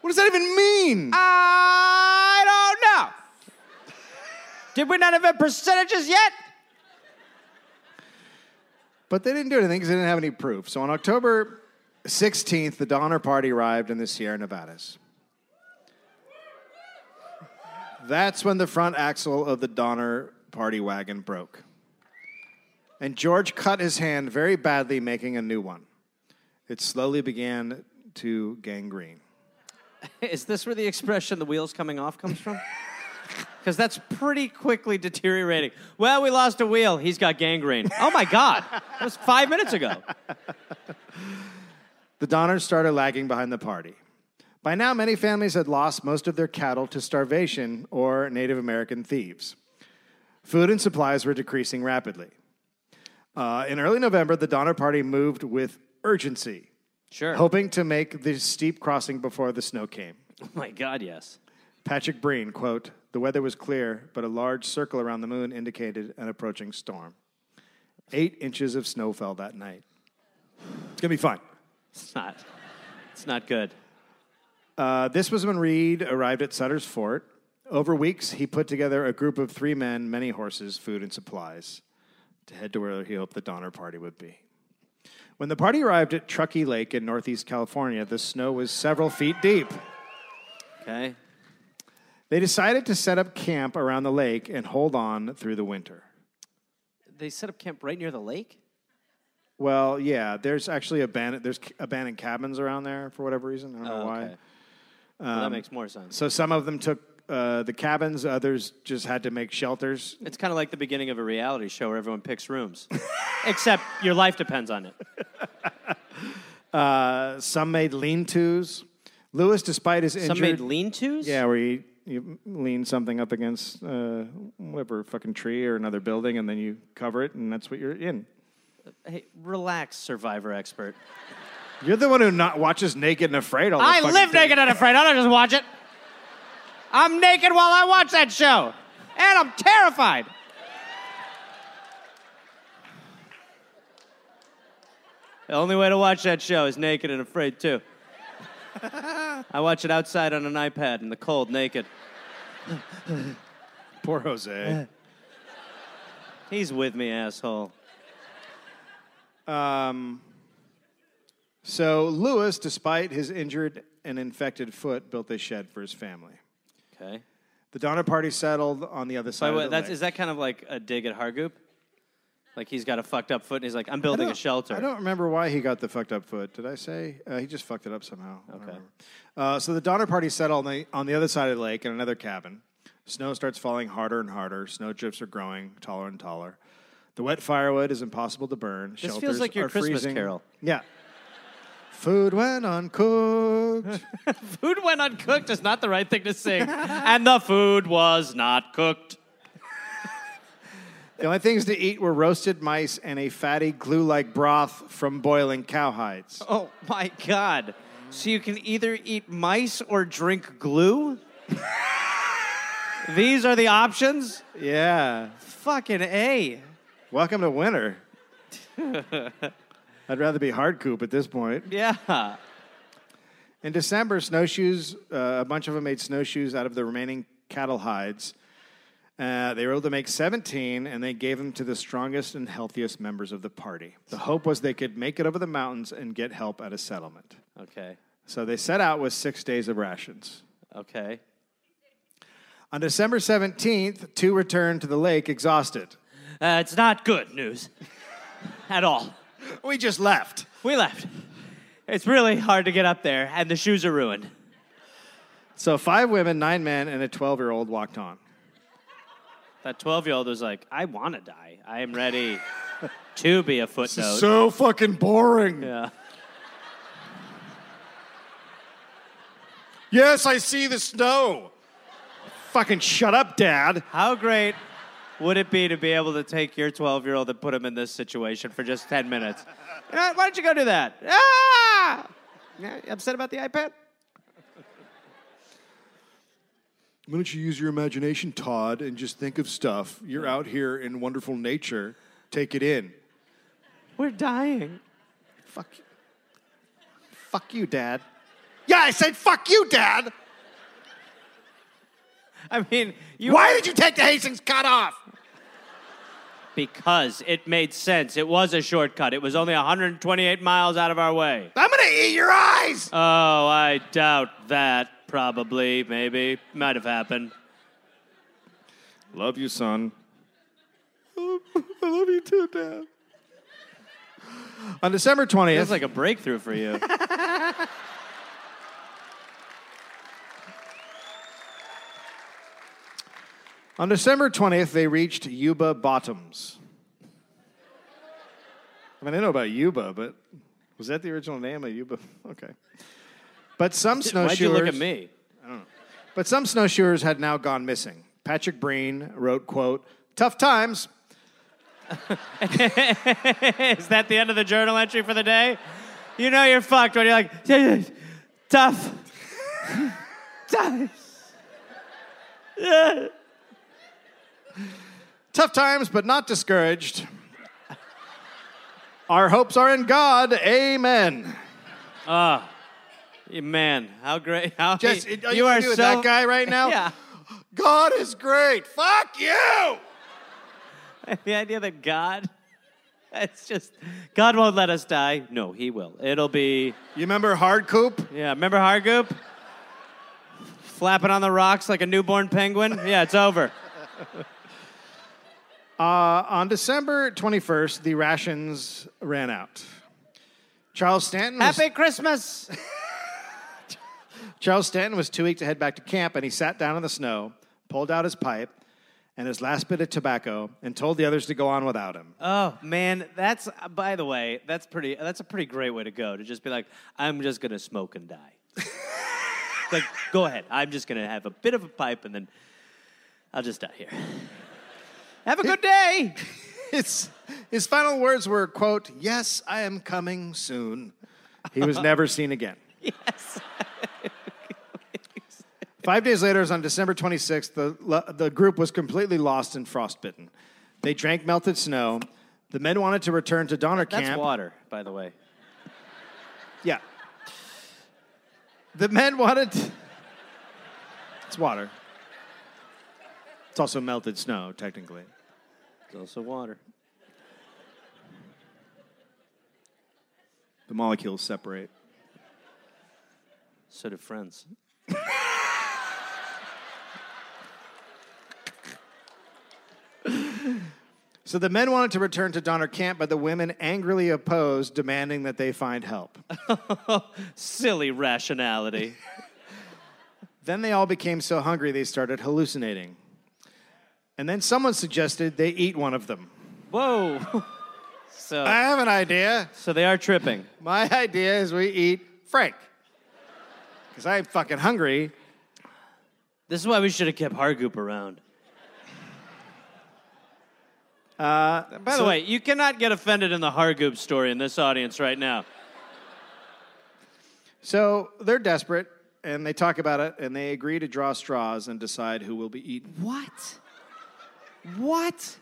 S2: what does that even mean?
S1: I don't know. Did we not have a percentages yet?
S2: But they didn't do anything because they didn't have any proof. So on October 16th, the Donner Party arrived in the Sierra Nevadas. That's when the front axle of the Donner Party wagon broke. And George cut his hand very badly, making a new one. It slowly began to gangrene.
S1: Is this where the expression the wheels coming off comes from? [LAUGHS] Because that's pretty quickly deteriorating. Well, we lost a wheel. He's got gangrene. Oh my God. That was five minutes ago.
S2: The Donners started lagging behind the party. By now, many families had lost most of their cattle to starvation or Native American thieves. Food and supplies were decreasing rapidly. Uh, in early November, the Donner Party moved with urgency,
S1: Sure.
S2: hoping to make the steep crossing before the snow came.
S1: Oh my God, yes.
S2: Patrick Breen, quote, the weather was clear, but a large circle around the moon indicated an approaching storm. Eight inches of snow fell that night. It's going to be fun.
S1: It's not. It's not good.
S2: Uh, this was when Reed arrived at Sutter's Fort. Over weeks, he put together a group of three men, many horses, food, and supplies to head to where he hoped the Donner Party would be. When the party arrived at Truckee Lake in Northeast California, the snow was several feet deep.
S1: Okay.
S2: They decided to set up camp around the lake and hold on through the winter.
S1: They set up camp right near the lake?
S2: Well, yeah, there's actually abandoned, there's c- abandoned cabins around there for whatever reason. I don't know why.
S1: Oh, okay. Well, that makes more sense.
S2: So some of them took uh, the cabins, others just had to make shelters.
S1: It's kind of like the beginning of a reality show where everyone picks rooms, [LAUGHS] except your life depends on it.
S2: Some made lean-tos. Lewis, despite his
S1: Some
S2: injury,
S1: made lean-tos.
S2: yeah, where you, you lean something up against uh, whatever fucking tree or another building, and then you cover it, and that's what you're in.
S1: Hey, relax, survivor expert.
S2: You're the one who not watches Naked and Afraid all the
S1: I
S2: fucking
S1: live
S2: time.
S1: naked and afraid. I don't just watch it. I'm naked while I watch that show, and I'm terrified. The only way to watch that show is naked and afraid too. I watch it outside on an iPad in the cold, naked.
S2: Poor Jose.
S1: He's with me, asshole.
S2: so Lewis, despite his injured and infected foot, built a shed for his family.
S1: Okay.
S2: The Donner Party settled on the other side.
S1: By the
S2: of
S1: way,
S2: the
S1: that's,
S2: lake.
S1: is that kind of like a dig at Hargoop? Like he's got a fucked up foot and he's like, I'm building a shelter.
S2: I don't remember why he got the fucked up foot. Did I say uh, he just fucked it up somehow? I don't
S1: Okay.
S2: remember. Uh, so the Donner Party settled on the, on the other side of the lake in another cabin. Snow starts falling harder and harder. Snow drifts are growing taller and taller. The wet firewood is impossible to burn. This
S1: feels like your Christmas carol.
S2: Yeah. Food
S1: [LAUGHS]
S2: went uncooked.
S1: [LAUGHS] Food went uncooked is not the right thing to [LAUGHS] sing. and the food was not cooked.
S2: the only things to eat were roasted mice and a fatty glue-like broth from boiling cowhides.
S1: Oh my God. So you can either eat mice or drink [LAUGHS] glue? These are the options?
S2: Yeah.
S1: Fucking A.
S2: Welcome to winter. [LAUGHS] I'd rather be hard coop at this point.
S1: Yeah.
S2: In December, snowshoes, uh, a bunch of them made snowshoes out of the remaining cattle hides. Uh, they were able to make 17, and they gave them to the strongest and healthiest members of the party. The hope was they could make it over the mountains and get help at a settlement.
S1: Okay.
S2: So they set out with six days of rations.
S1: Okay.
S2: On December 17th, two returned to the lake exhausted.
S1: Uh, it's not good news [LAUGHS] at all.
S2: We just left.
S1: We left. It's really hard to get up there, and the shoes are ruined.
S2: So five women, nine men, and a 12 year old walked on.
S1: That 12 year old was like, I want to die. I am [LAUGHS] ready to be a footnote.
S2: so fucking boring.
S1: yeah.
S2: Yes, I see the snow. Fucking shut up, Dad.
S1: How great would it be to be able to take your 12 year old and put him in this situation for just 10 minutes? You know, why don't you go do that? Ah! Yeah, you upset about the iPad?
S2: Why don't you use your imagination, Todd, and just think of stuff? You're out here in wonderful nature. Take it in.
S1: We're dying.
S2: Fuck you. Fuck you, Dad. Yeah, I said fuck you, Dad.
S1: I mean, you.
S2: Why did you take the Hastings cut off?
S1: Because it made sense. It was a shortcut. It was only 128 miles out of our way.
S2: I'm gonna eat your eyes.
S1: Oh, I doubt that. Probably, maybe. Might have happened.
S2: Love you, son. [LAUGHS] I love you too, Dad. On December 20th,
S1: That's like a breakthrough for you.
S2: on December 20th, they reached Yuba Bottoms. I mean, I know about Yuba, but was that the original name of Yuba? [LAUGHS] Okay. But some snowshoers.
S1: [LAUGHS] Why'd you look at me?
S2: But some snowshoers had now gone missing. Patrick Breen wrote, quote, tough times.
S1: [LAUGHS] Is that the end of the journal entry for the day? You know you're fucked when you're like, tough. [LAUGHS] tough. [LAUGHS]
S2: Tough times, but
S1: [LAUGHS]
S2: not discouraged. Our hopes are in God. Amen.
S1: Man, how great. How
S2: Jess,
S1: you,
S2: it- are you, gonna
S1: are
S2: do
S1: so.
S2: with that guy right
S1: [LAUGHS]
S2: now?
S1: Yeah.
S2: God is great. Fuck you.
S1: The idea that God, [LAUGHS] it's just, God won't let us die. No, he will. It'll be,
S2: You remember Hard Coop?
S1: yeah, remember Hargoop? Flapping on the rocks like a newborn penguin? Yeah, it's over.
S2: Uh, on December 21st, the rations ran out. Charles Stanton was,
S1: Happy Christmas.
S2: Charles Stanton was too weak to head back to camp, and he sat down in the snow, pulled out his pipe and his last bit of tobacco, and told the others to go on without him.
S1: Oh man, that's uh, by the way, that's pretty. That's a pretty great way to go. To just be like, I'm just gonna smoke and die.
S2: [LAUGHS]
S1: like, go ahead. I'm just gonna have a bit of a pipe and then I'll just die here. have a good day.
S2: His, his final words were, quote, yes, I am coming soon. He
S1: [LAUGHS]
S2: was never seen again.
S1: yes.
S2: [LAUGHS] Five days later, it was on December 26th, the, the group was completely lost and frostbitten. They drank melted snow. The men wanted to return to Donner
S1: That's
S2: Camp.
S1: water, by the way.
S2: Yeah. The men wanted. [LAUGHS] it's water. It's also melted snow, technically.
S1: It's also water.
S2: The molecules separate.
S1: So do friends.
S2: So the men wanted to return to Donner Camp, but the women angrily opposed, demanding that they find help.
S1: Silly
S2: [LAUGHS]
S1: rationality.
S2: Then they all became so hungry they started hallucinating. And then someone suggested they eat one of them.
S1: Whoa. [LAUGHS] so,
S2: I have an idea.
S1: so they are tripping.
S2: My [LAUGHS] idea is we eat Frank. Because I'm fucking hungry.
S1: This is why we should have kept Hargoop around. [LAUGHS] Uh, By the
S2: so-
S1: way, you cannot get offended in the Hargoop story in this audience right now.
S2: So they're desperate and they talk about it and they agree to draw straws and decide who will be eaten.
S1: What? What?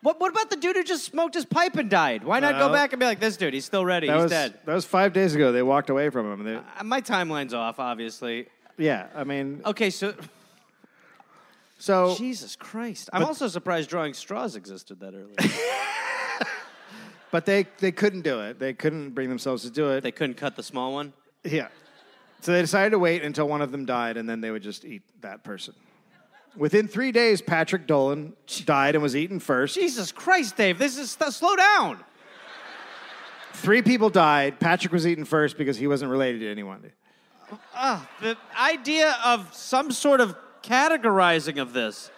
S1: What, what about the dude who just smoked his pipe and died? Why not
S2: Well,
S1: go back and be like, this dude, he's still ready,
S2: That
S1: he's
S2: was,
S1: dead.
S2: that was five days ago. They walked away from him. They-
S1: Uh, My timeline's off, obviously.
S2: yeah, I mean,
S1: Okay, so
S2: so
S1: Jesus Christ, I'm also surprised drawing straws existed that early.
S2: but they they couldn't do it. They couldn't bring themselves to do it.
S1: [LAUGHS] they couldn't cut the small one.
S2: Yeah. So they decided to wait until one of them died and then they would just eat that person. Within three days, Patrick Dolan died and was eaten first.
S1: Jesus Christ, Dave, this is st- slow down.
S2: Three people died. Patrick was eaten first because he wasn't related to anyone.
S1: the idea of some sort of categorizing of this.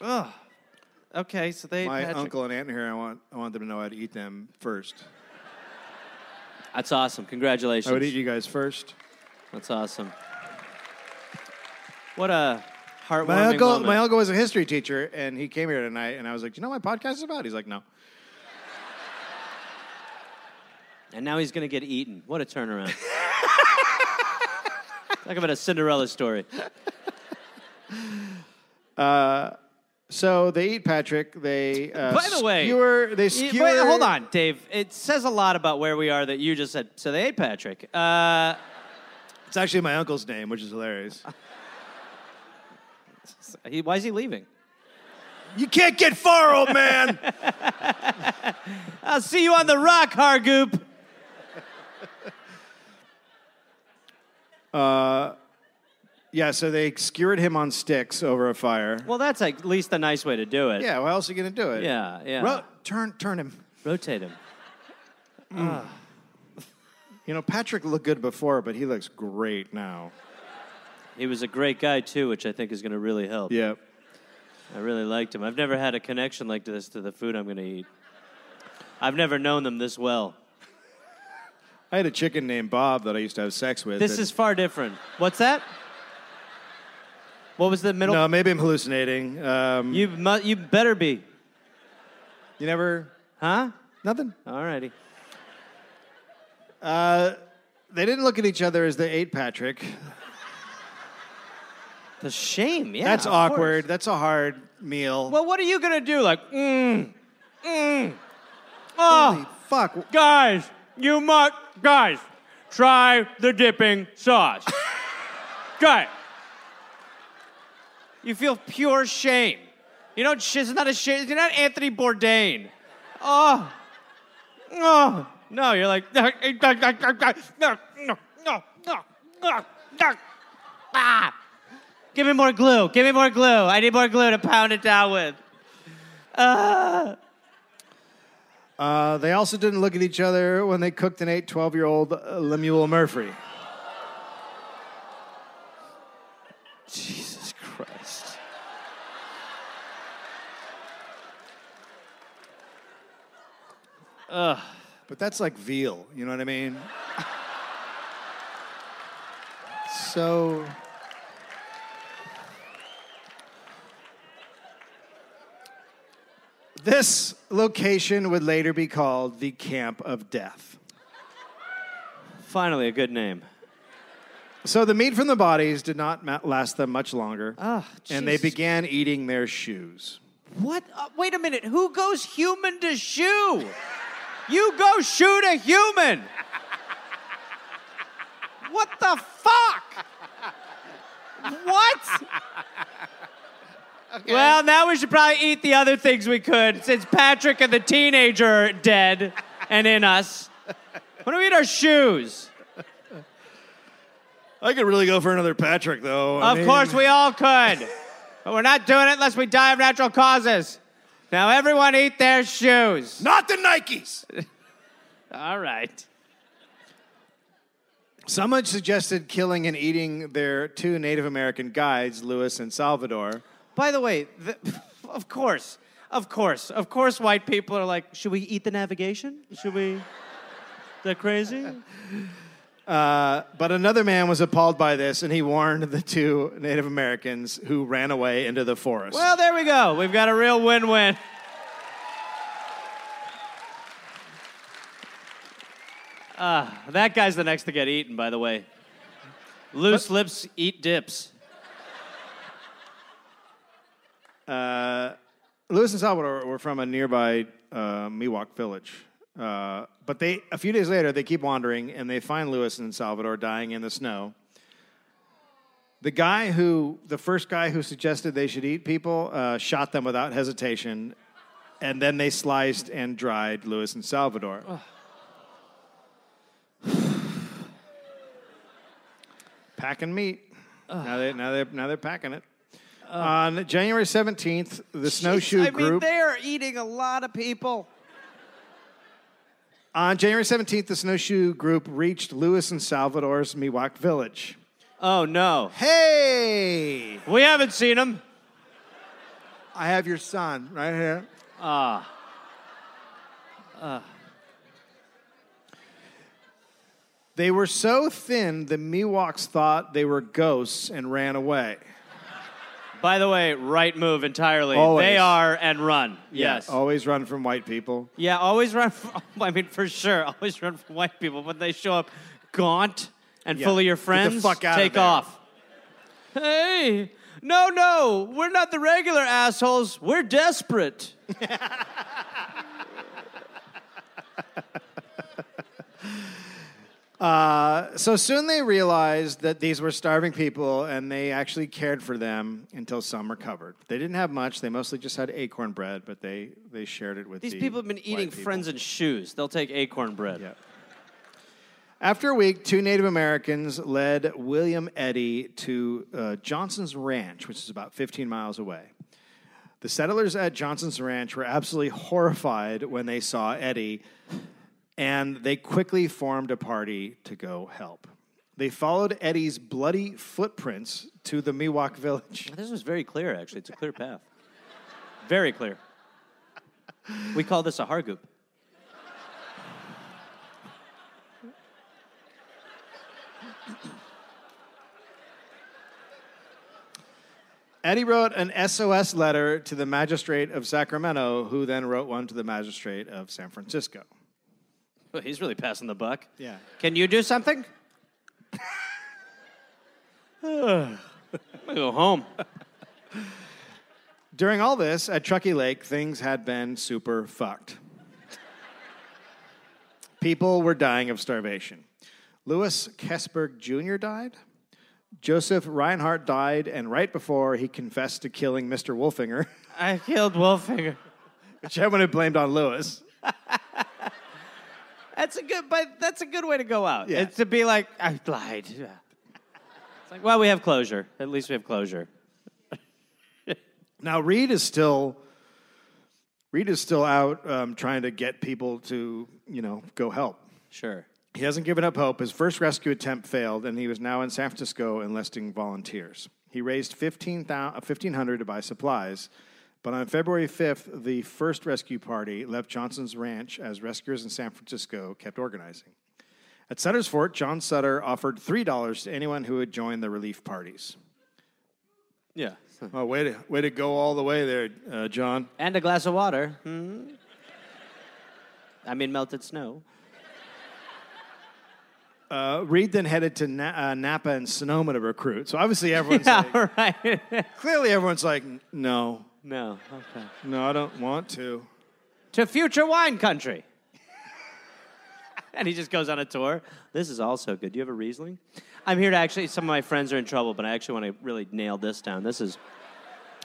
S1: Ugh. Okay, so they.
S2: My
S1: Patrick-
S2: uncle and aunt here, I want, I want them to know I'd eat them first.
S1: That's awesome. Congratulations.
S2: I would eat you guys first.
S1: That's awesome. What a heartwarming
S2: My uncle,
S1: moment.
S2: my uncle was a history teacher, and he came here tonight, and I was like, "Do you know what my podcast is about?" He's like, "No."
S1: and now he's going to get eaten. What a turnaround.
S2: [LAUGHS]
S1: Talk about a Cinderella story.
S2: So they eat Patrick. They uh,
S1: By the way,
S2: skewer. They
S1: Yeah,
S2: skewer.
S1: wait, hold on, Dave. It says a lot about where we are that you just said. So they ate Patrick. Uh,
S2: It's actually my uncle's name, which is hilarious.
S1: he, why is he leaving?
S2: you can't get far, old man.
S1: I'll see you on the rock, Hargoop.
S2: [LAUGHS] yeah, so they skewered him on sticks over a fire.
S1: Well, that's at least a nice way to do it.
S2: yeah, how else are you gonna do it?
S1: yeah, yeah.
S2: Ro- turn, turn him.
S1: Rotate him.
S2: You know, Patrick looked good before, but he looks great now.
S1: He was a great guy too, which I think is going to really help.
S2: Yeah.
S1: I really liked him. I've never had a connection like this to the food I'm going to eat. I've never known them this well.
S2: I had a chicken named Bob that I used to have sex with.
S1: This
S2: that-
S1: is far different. What's that? What was the middle?
S2: no, maybe I'm hallucinating. Um, you,
S1: You mu- you better be,
S2: never
S1: huh?
S2: nothing.
S1: Alrighty.
S2: They didn't look at each other as they ate Patrick.
S1: The shame. Yeah.
S2: That's
S1: of course.
S2: awkward. That's a hard meal.
S1: Well, what are you gonna do? Like, mmm, mmm. Oh,
S2: Holy fuck.
S1: guys, you must, guys, try the dipping sauce. guys, you feel pure shame. You don't. sh- It's not a shame. You're not Anthony Bourdain. Oh, oh. No, you're like no, no, no, no, no, no. Ah. Give me more glue. Give me more glue. I need more glue to pound it down with.
S2: Uh, they also didn't look at each other when they cooked and ate 12 year old uh, Lemuel Murphy.
S1: Jesus Christ.
S2: But that's like veal, you know what I mean? so. This location would later be called the Camp of Death.
S1: Finally, a good name.
S2: So the meat from the bodies did not ma- last them much longer,
S1: Oh,
S2: and they began eating their shoes.
S1: What? Uh, wait a minute. Who goes human to shoe? You go shoot a human. What the fuck? [LAUGHS] What? Well, now we should probably eat the other things we could since Patrick and the teenager are dead and in us. Why don't we eat our shoes?
S2: I could really go for another Patrick, though.
S1: Of course, we all could. but we're not doing it unless we die of natural causes. Now, everyone eat their shoes.
S2: Not the Nikes.
S1: All right.
S2: Someone suggested killing and eating their two Native American guides, Lewis and Salvador.
S1: By the way, the, of course, of course, of course, white people are like, should we eat the navigation? Should we? That crazy?
S2: Uh, But another man was appalled by this, and he warned the two Native Americans who ran away into the forest.
S1: Well, there we go. We've got a real win-win. Ah, that guy's the next to get eaten, by the way. Loose lips eat dips.
S2: Lewis and Salvador were from a nearby uh, Miwok village. Uh, but they, a few days later, they keep wandering and they find Lewis and Salvador dying in the snow. The guy who, the first guy who suggested they should eat people, uh, shot them without hesitation, and then they sliced and dried Lewis and Salvador. packing meat. Now they, now they, now they're packing it. On January seventeenth, the snowshoe
S1: I mean,
S2: group.
S1: they are eating a lot of people.
S2: On January 17th, the snowshoe group reached Lewis and Salvador's Miwok village.
S1: Oh no,
S2: Hey,
S1: we haven't seen them.
S2: I have your son right here.
S1: Ah.
S2: They were so thin, the Miwoks thought they were ghosts and ran away.
S1: By the way, right move entirely.
S2: Always.
S1: They are and run. Yes.
S2: Always run from white people.
S1: Yeah, always run. From, [LAUGHS] I mean, for sure, always run from white people when they show up gaunt and
S2: Yeah,
S1: full of your
S2: get the
S1: friends.
S2: fuck outta
S1: take
S2: there.
S1: off. Hey, no, no, we're not the regular assholes. We're desperate.
S2: So soon they realized that these were starving people and they actually cared for them until some recovered. They didn't have much. They mostly just had acorn bread, but they, they shared it with
S1: These
S2: the
S1: people have been
S2: white
S1: eating
S2: people.
S1: friends and shoes. They'll take acorn bread.
S2: Yeah. After a week, two Native Americans led William Eddy to uh, Johnson's Ranch, which is about 15 miles away. The settlers at Johnson's Ranch were absolutely horrified when they saw Eddie, and they quickly formed a party to go help. They followed Eddie's bloody footprints to the Miwok village.
S1: This was very clear, actually. It's a clear path. Very clear. We call this a hargoop.
S2: Eddie wrote an SOS letter to the magistrate of Sacramento, who then wrote one to the magistrate of San Francisco.
S1: Well, Oh, He's really passing the buck.
S2: Yeah.
S1: Can you do something? I'm gonna go home.
S2: During all this, at Truckee Lake, things had been super fucked. People were dying of starvation. Louis Kessberg Jr. died. Joseph Reinhardt died, and right before he confessed to killing Mr. Wolfinger, [LAUGHS]
S1: I killed Wolfinger.
S2: which everyone had blamed on Lewis.
S1: That's a good, but that's a good way to go out.
S2: Yeah.
S1: It's to be like, I lied. Yeah. It's like, well, we have closure. At least we have closure.
S2: Now Reed is still Reed is still out um, trying to get people to you know go help.
S1: Sure.
S2: He hasn't given up hope. His first rescue attempt failed, and he was now in San Francisco enlisting volunteers. He raised 15, thou- uh, 1500 to buy supplies, but on February 5th, the first rescue party left Johnson's ranch as rescuers in San Francisco kept organizing. At Sutter's Fort, John Sutter offered $3 to anyone who would join the relief parties.
S1: [LAUGHS] Yeah.
S2: Oh, way to, way to go all the way there, uh, John.
S1: And a glass of water. Hmm. I mean, melted snow.
S2: Uh, Reed then headed to Na- uh, Napa and Sonoma to recruit. So obviously, [LAUGHS] everyone's
S1: Yeah.
S2: like,
S1: [LAUGHS] All right.
S2: clearly, everyone's like, no,
S1: [LAUGHS] no. Okay.
S2: no, I don't want to.
S1: to future wine country. and he just goes on a tour. This is also good. Do you have a Riesling? I'm here to actually, some of my friends are in trouble, but I actually want to really nail this down. This is,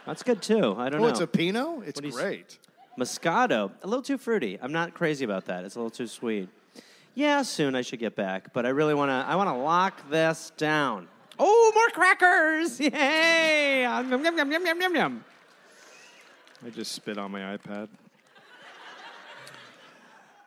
S1: that's good too. I don't
S2: Oh,
S1: know.
S2: it's a Pinot? It's
S1: do you s-
S2: great.
S1: Moscato, a little too fruity. I'm not crazy about that. It's a little too sweet. Yeah, soon I should get back, but I really want to, I want to lock this down. Oh, more crackers! [LAUGHS] Yay! Yum, yum, yum, yum, yum, yum, yum.
S2: I just spit on my iPad.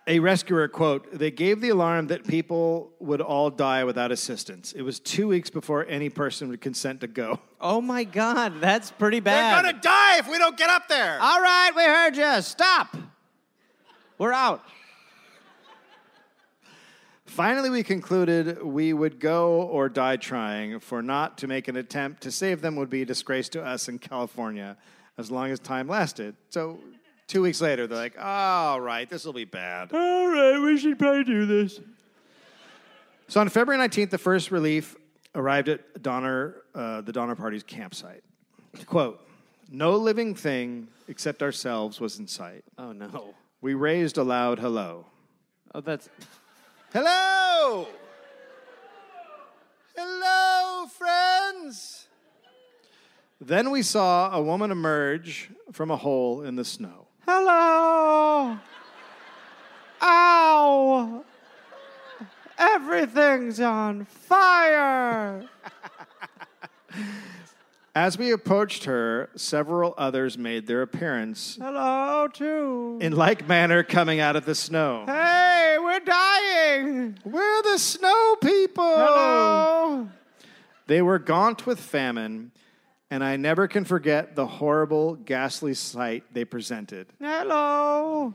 S2: A rescuer quote, they gave the alarm that people would all die without assistance. It was two weeks before any person would consent to [LAUGHS] go.
S1: Oh my God, that's pretty bad.
S2: die if we don't get up there.
S1: All right, we heard you. Stop. We're out.
S2: Finally, we concluded we would go or die trying, for not to make an attempt to save them would be a disgrace to us in California as long as time lasted. So, two weeks later, they're like, all right, this will be [LAUGHS] bad.
S1: All right, we should probably do this.
S2: So on February 19th, the first relief arrived at Donner, uh, the Donner Party's campsite. Quote, no living thing except ourselves was in sight.
S1: Oh no.
S2: We raised a loud hello.
S1: Oh, [LAUGHS] that's
S2: Hello! Hello, friends! Then we saw a woman emerge from a hole in the snow.
S3: Hello. Ow. Everything's on fire.
S2: As we approached her, several others made their appearance
S3: Hello, too.
S2: in like manner coming out of the snow.
S3: Hey, we're dying.
S2: We're the snow people.
S3: Hello.
S2: They were gaunt with famine, and I never can forget the horrible, ghastly sight they presented.
S3: Hello.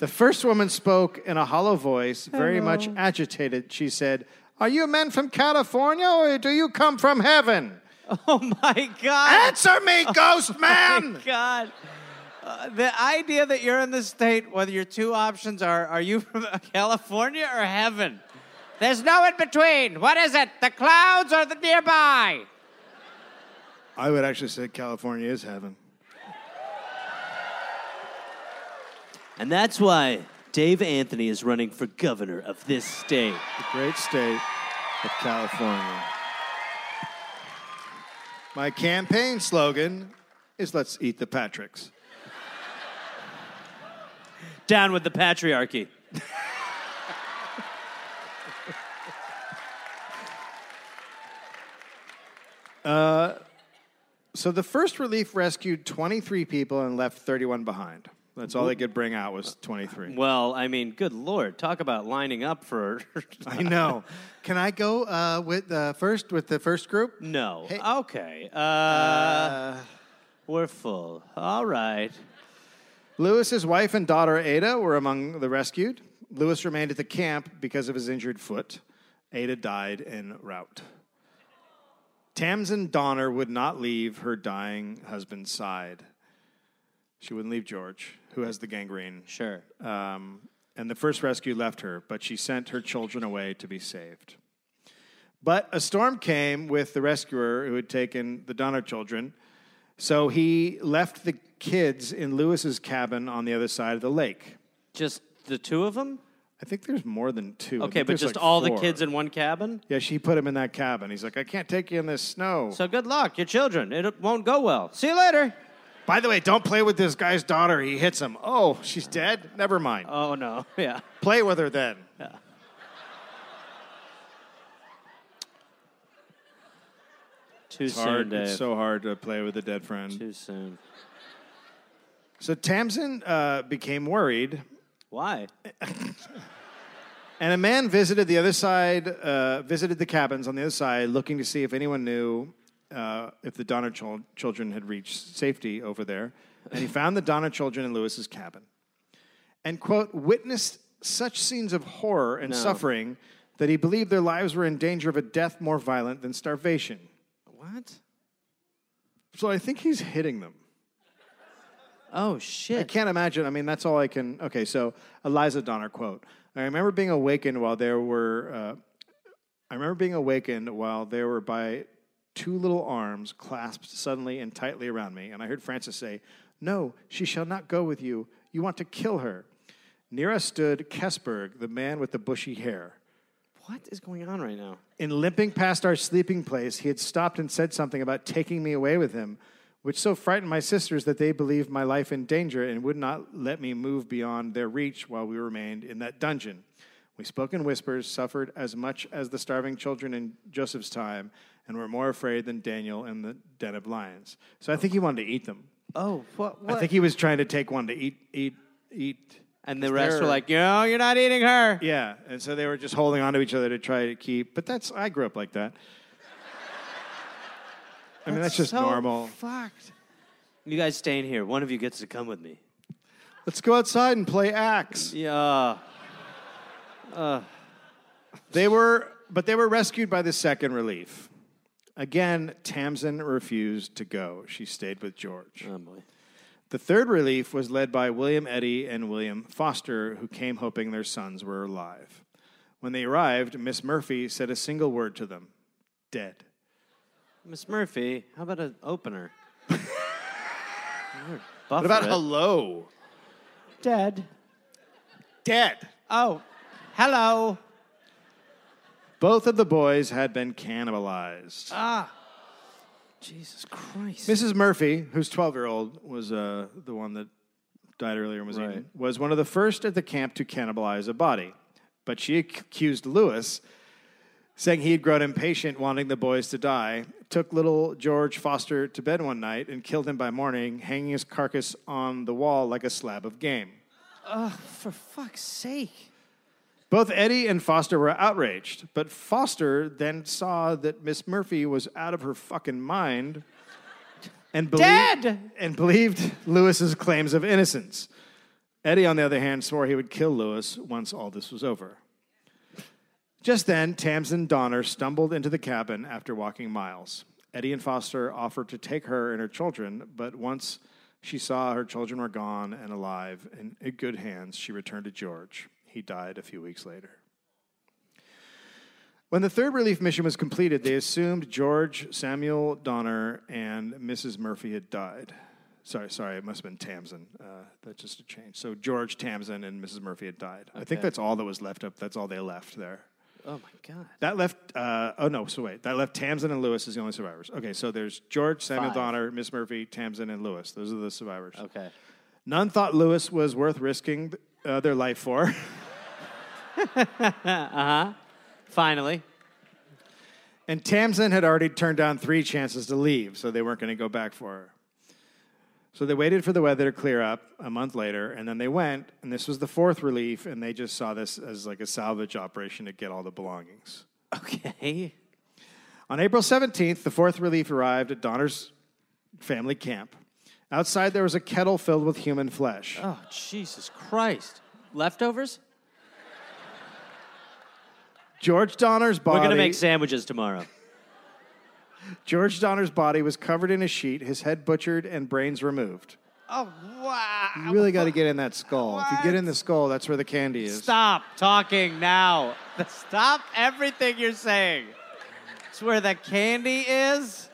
S2: The first woman spoke in a hollow voice, very much
S3: Hello.
S2: agitated. She said, Are you men from California or do you come from heaven?
S1: Oh [LAUGHS] my God.
S2: Answer me, ghost man!
S1: my God. Uh, the idea that you're in the state, whether your two options are, are you from [LAUGHS] California or heaven?
S3: There's no in between. What is it? The clouds or the nearby?
S2: I would actually say California is heaven.
S1: And that's why Dave Anthony is running for governor of this state.
S2: The great state of California. My campaign slogan is Let's Eat the Patricks.
S1: Down with the patriarchy.
S2: So the first relief rescued 23 people and left 31 behind. That's all they could bring out was 23.
S1: Well, I mean, good lord, talk about lining up for. [LAUGHS]
S2: I know. Can I go uh, with uh, first with the first group?
S1: no.
S2: Hey-
S1: Okay. Uh, we're full. All right.
S2: Lewis's wife and daughter Ada were among the rescued. Lewis remained at the camp because of his injured foot. Ada died en route. Tamsin Donner would not leave her dying husband's side. She wouldn't leave George, who has the gangrene.
S1: Sure.
S2: Um, and the first rescue left her, but she sent her children away to be saved. But a storm came with the rescuer who had taken the Donner children, so he left the kids in Lewis's cabin on the other side of the lake.
S1: Just the two of them?
S2: I think there's more than two. I
S1: Okay, but
S2: think there's
S1: just
S2: like
S1: all the
S2: four.
S1: kids in one cabin?
S2: Yeah, she put him in that cabin. He's like, I can't take you in this snow.
S1: So good luck, your children. It won't go well. See you later.
S2: By the way, don't play with this guy's daughter. He hits him. Oh, she's dead? Never mind.
S1: Oh, no. [LAUGHS] Yeah.
S2: Play with her then.
S1: Too
S2: It's hard.
S1: soon, Dave.
S2: It's so hard to play with a dead friend.
S1: Too soon.
S2: So Tamsin uh, became worried,
S1: Why?
S2: and a man visited the other side, uh, visited the cabins on the other side, looking to see if anyone knew uh, if the Donner chil- children had reached safety over there. And he found the Donner children in Lewis's cabin, and quote witnessed such scenes of horror and suffering that he believed their lives were in danger of a death more violent than starvation.
S1: What?
S2: So I think he's hitting them.
S1: Oh,
S2: I
S1: shit.
S2: can't imagine. I mean, that's all I can. Okay, so Eliza Donner quote. I remember being awakened while there were. Uh, I remember being awakened while there were by two little arms clasped suddenly and tightly around me, and I heard Francis say, "No, she shall not go with you. You want to kill her." Near us stood Kesberg, the man with the bushy hair.
S1: What is going on right now?
S2: In limping past our sleeping place, he had stopped and said something about taking me away with him, which so frightened my sisters that they believed my life in danger and would not let me move beyond their reach while we remained in that dungeon. We spoke in whispers, suffered as much as the starving children in Joseph's time, and were more afraid than Daniel in the den of lions. So I think he wanted to eat them.
S1: Oh, what? what?
S2: I think he was trying to take one to eat, eat, eat.
S1: and the rest
S2: they're-
S1: were like, no, you're not eating her.
S2: Yeah, and so they were just holding on to each other to try to keep. But that's I grew up like that. I mean, that's just
S1: so
S2: normal.
S1: Fucked. You guys staying here. One of you gets to come with me.
S2: Let's go outside and play axe.
S1: Yeah.
S2: They were, but they were rescued by the second relief. Again, Tamsin refused to go. She stayed with George.
S1: Oh boy.
S2: The third relief was led by William Eddy and William Foster, who came hoping their sons were alive. When they arrived, Miss Murphy said a single word to them: "Dead."
S1: Miss Murphy, how about an opener? what
S2: What about hello?
S1: dead?
S2: Dead.
S1: Oh, hello.
S2: Both of the boys had been cannibalized.
S1: Jesus Christ.
S2: Mrs. Murphy, whose 12 year old was uh, the one that died earlier and was
S1: Right.
S2: eaten, was one of the first at the camp to cannibalize a body. But she ac- accused Lewis, saying he had grown impatient, wanting the boys to die, took little George Foster to bed one night and killed him by morning, hanging his carcass on the wall like a slab of game.
S1: For fuck's sake.
S2: Both Eddie and Foster were outraged, but Foster then saw that Miss Murphy was out of her fucking mind and believed,
S1: Dead!
S2: and believed Lewis's claims of innocence. Eddie, on the other hand, swore he would kill Lewis once all this was over. Just then, Tamsin Donner stumbled into the cabin after walking miles. Eddie and Foster offered to take her and her children, but once she saw her children were gone and alive and in good hands, she returned to George. He died a few weeks later. When the third relief mission was completed, they assumed George, Samuel Donner, and Mrs. Murphy had died. Sorry, sorry, it must have been Tamsin. Uh, that's just a change. So George, Tamsin, and Mrs. Murphy had died. I think that's all that was left up. That's all they left there.
S1: Oh my God.
S2: That left. Uh, oh no. So wait. That left Tamsin and Lewis as the only survivors. Okay. So there's George, Samuel
S1: Five.
S2: Donner, Miss Murphy, Tamsin, and Lewis. Those are the survivors.
S1: Okay.
S2: None thought Lewis was worth risking uh, their life for. [LAUGHS]
S1: Finally.
S2: And Tamsin had already turned down three chances to leave, so they weren't going to go back for her. So they waited for the weather to clear up a month later, and then they went, and this was the fourth relief, and they just saw this as like a salvage operation to get all the belongings.
S1: Okay.
S2: On April 17th, the fourth relief arrived at Donner's family camp. Outside, there was a kettle filled with human flesh.
S1: Oh, Jesus Christ. Leftovers?
S2: George Donner's body.
S1: We're going to make sandwiches tomorrow.
S2: George Donner's body was covered in a sheet, his head butchered, and brains removed.
S3: Oh, wow.
S2: You really got to get in that skull. If you get in the skull, that's where the candy is.
S1: Stop talking now. Stop everything you're saying. It's where the candy is.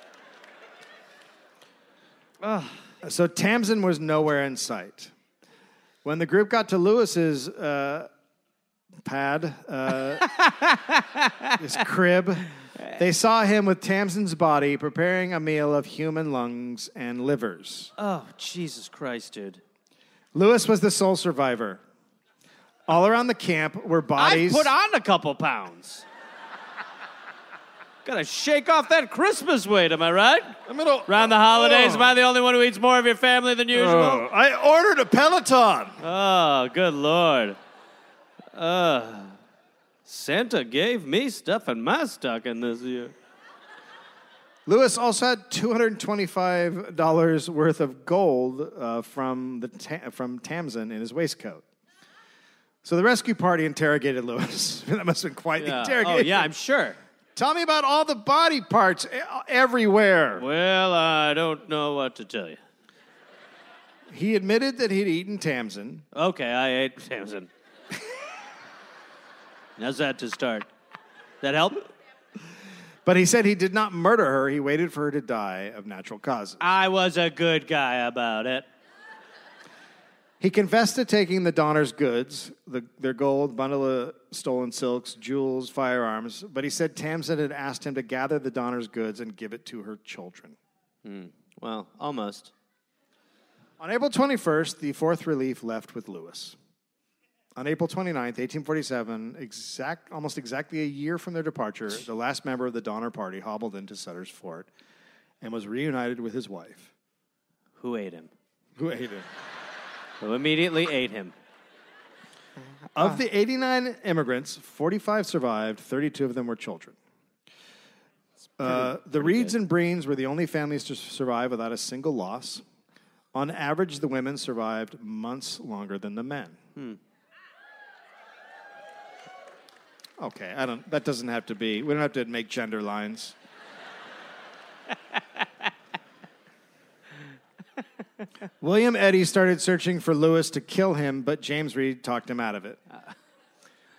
S2: So Tamsin was nowhere in sight. When the group got to Lewis's uh, pad, uh, his crib, they saw him with Tamsin's body preparing a meal of human lungs and livers.
S1: Oh, Jesus Christ, dude.
S2: Lewis was the sole survivor. All around the camp were
S1: I
S2: bodies.
S1: put on a couple pounds. Gotta shake off that Christmas weight, am I right?
S3: I'm gonna,
S1: Around the holidays, am I the only one who eats more of your family than usual?
S2: Oh, I ordered a Peloton.
S1: Oh, good lord. Uh, Santa gave me stuff in my stocking this year. [LAUGHS]
S2: Lewis also had two hundred twenty-five dollars worth of gold uh, from the ta- from Tamsin in his waistcoat. So the rescue party interrogated Lewis. [LAUGHS] that must have been quite the
S1: Yeah. Oh,
S2: interrogation.
S1: yeah, I'm sure.
S2: Tell me about all the body parts e- everywhere.
S1: Well, I don't know what to tell you.
S2: He admitted that he'd eaten Tamsin.
S1: Okay, I ate [LAUGHS] Samson. How's that to start? That help?
S2: But he said he did not murder her. He waited for her to die of natural causes.
S1: I was a good guy about it.
S2: He confessed to taking the Donner's goods, the, their gold, bundle of stolen silks, jewels, firearms, but he said Tamsin had asked him to gather the Donner's goods and give it to her children.
S1: Well, almost.
S2: On April 21st, the Fourth Relief left with Lewis. On April 29th, 1847, exact, almost exactly a year from their departure, the last member of the Donner Party hobbled into Sutter's Fort and was reunited with his wife,
S1: Who ate him?
S2: who ate him.
S1: Who immediately ate him?
S2: Of the 89 immigrants, 45 survived, 32 of them were children. Uh, the Reeds and Breens were the only families to survive without a single loss. On average, the women survived months longer than the men. Okay, I don't. That doesn't have to be. We don't have to make gender lines. William Eddy started searching for Lewis to kill him, but James Reed talked him out of it.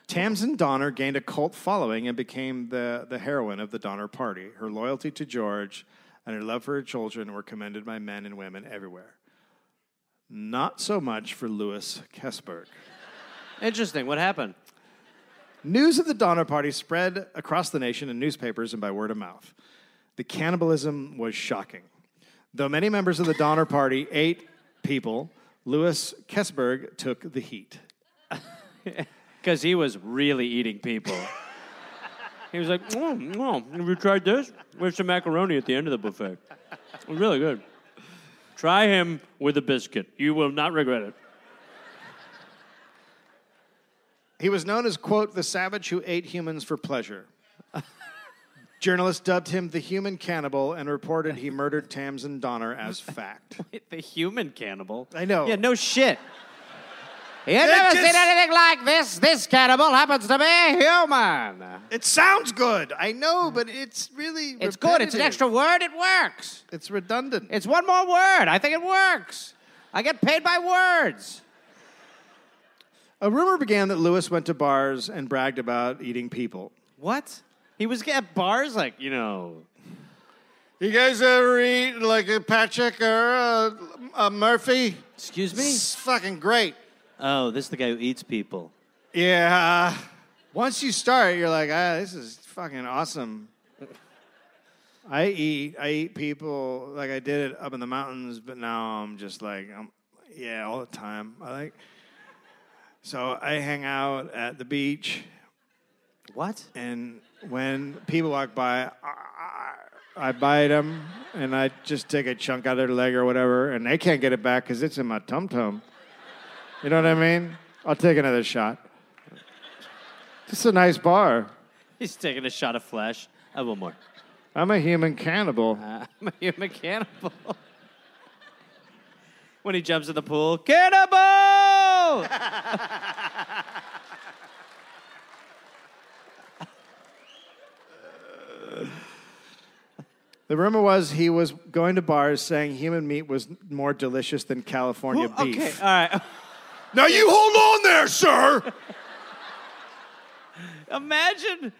S2: Tamsin Donner gained a cult following and became the, the heroine of the Donner Party. Her loyalty to George and her love for her children were commended by men and women everywhere. Not so much for Lewis Kessberg.
S1: Interesting. What happened?
S2: News of the Donner Party spread across the nation in newspapers and by word of mouth. The cannibalism was shocking. Though many members of the Donner Party ate people, Lewis Kessberg took the heat.
S1: Because he was really eating people. he was like, mm, mm, have you tried this? We have some macaroni at the end of the buffet. It's really good. Try him with a biscuit. You will not regret it.
S2: He was known as, quote, the savage who ate humans for pleasure. [LAUGHS] Journalists dubbed him the human cannibal and reported he murdered Tamsin Donner as fact.
S1: The human cannibal.
S2: I know.
S1: Yeah, no shit.
S4: You never
S2: just-
S4: seen anything like this. This cannibal happens to be a human.
S2: It sounds good. I know, but it's really.
S4: It's good. It's an
S2: repetitive.
S4: extra word. It works.
S2: It's redundant.
S4: It's one more word. I think it works. I get paid by words.
S2: A rumor began that Lewis went to bars and bragged about eating people.
S1: What? He was at bars, like you know.
S2: You guys ever eat like a Patrick or a, Murphy?
S1: Excuse me.
S2: fucking great.
S1: Oh, this is the guy who eats people.
S2: Yeah. Once you start, you're like, ah, this is fucking awesome. I eat, I eat people like I did it up in the mountains, but now I'm just like, I'm, yeah, all the time. I like, so I hang out at the beach,
S1: What?
S2: and when people walk by, I, I bite them, and I just take a chunk out of their leg or whatever, and they can't get it back because it's in my tum tum. You know what I mean? I'll take another shot. This is a nice bar.
S1: [LAUGHS] He's taking a shot of flesh. I want more.
S2: I'm a human cannibal.
S1: Uh, [LAUGHS] I'm a cannibal. when he jumps in the pool, cannibal!
S2: The rumor was he was going to bars saying human meat was more delicious than California beef.
S1: Okay, all right.
S2: Now you hold on there, sir.
S1: Imagine,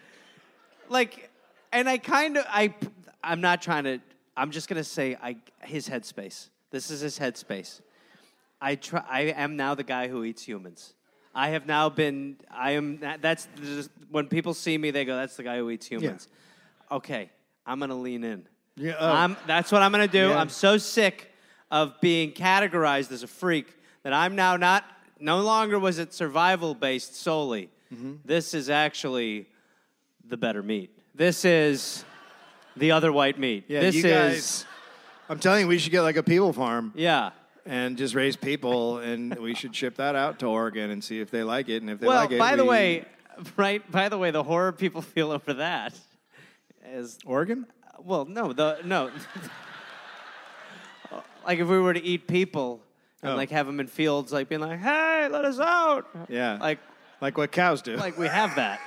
S1: like, and I kind of, I, I'm not trying to. I'm just gonna say, I his headspace. This is his headspace. I try. I am now the guy who eats humans. I have now been. I am. that- That's when people see me, they go, "That's the guy who eats humans." Okay, I'm gonna lean in.
S2: Yeah, oh.
S1: I'm, that's what I'm gonna do.
S2: Yeah.
S1: I'm so sick of being categorized as a freak that I'm now not. No longer was it survival based solely.
S2: Mm-hmm.
S1: This is actually the better meat. This is the other white meat.
S2: Yeah,
S1: this
S2: you
S1: is
S2: guys. I'm telling you, we should get like a people farm.
S1: yeah.
S2: and just raise people, and we should ship that out to Oregon and see if they like it. And if they
S1: Well,
S2: like it,
S1: by the
S2: we-
S1: way, right? By the way, the horror people [LAUGHS] feel over that is
S2: Oregon.
S1: well, no, the no. [LAUGHS] like if we were to eat people and
S2: Oh.
S1: like have them in fields, like being like, "Hey, let us out!"
S2: Yeah,
S1: Like
S2: like what cows do.
S1: like we have that.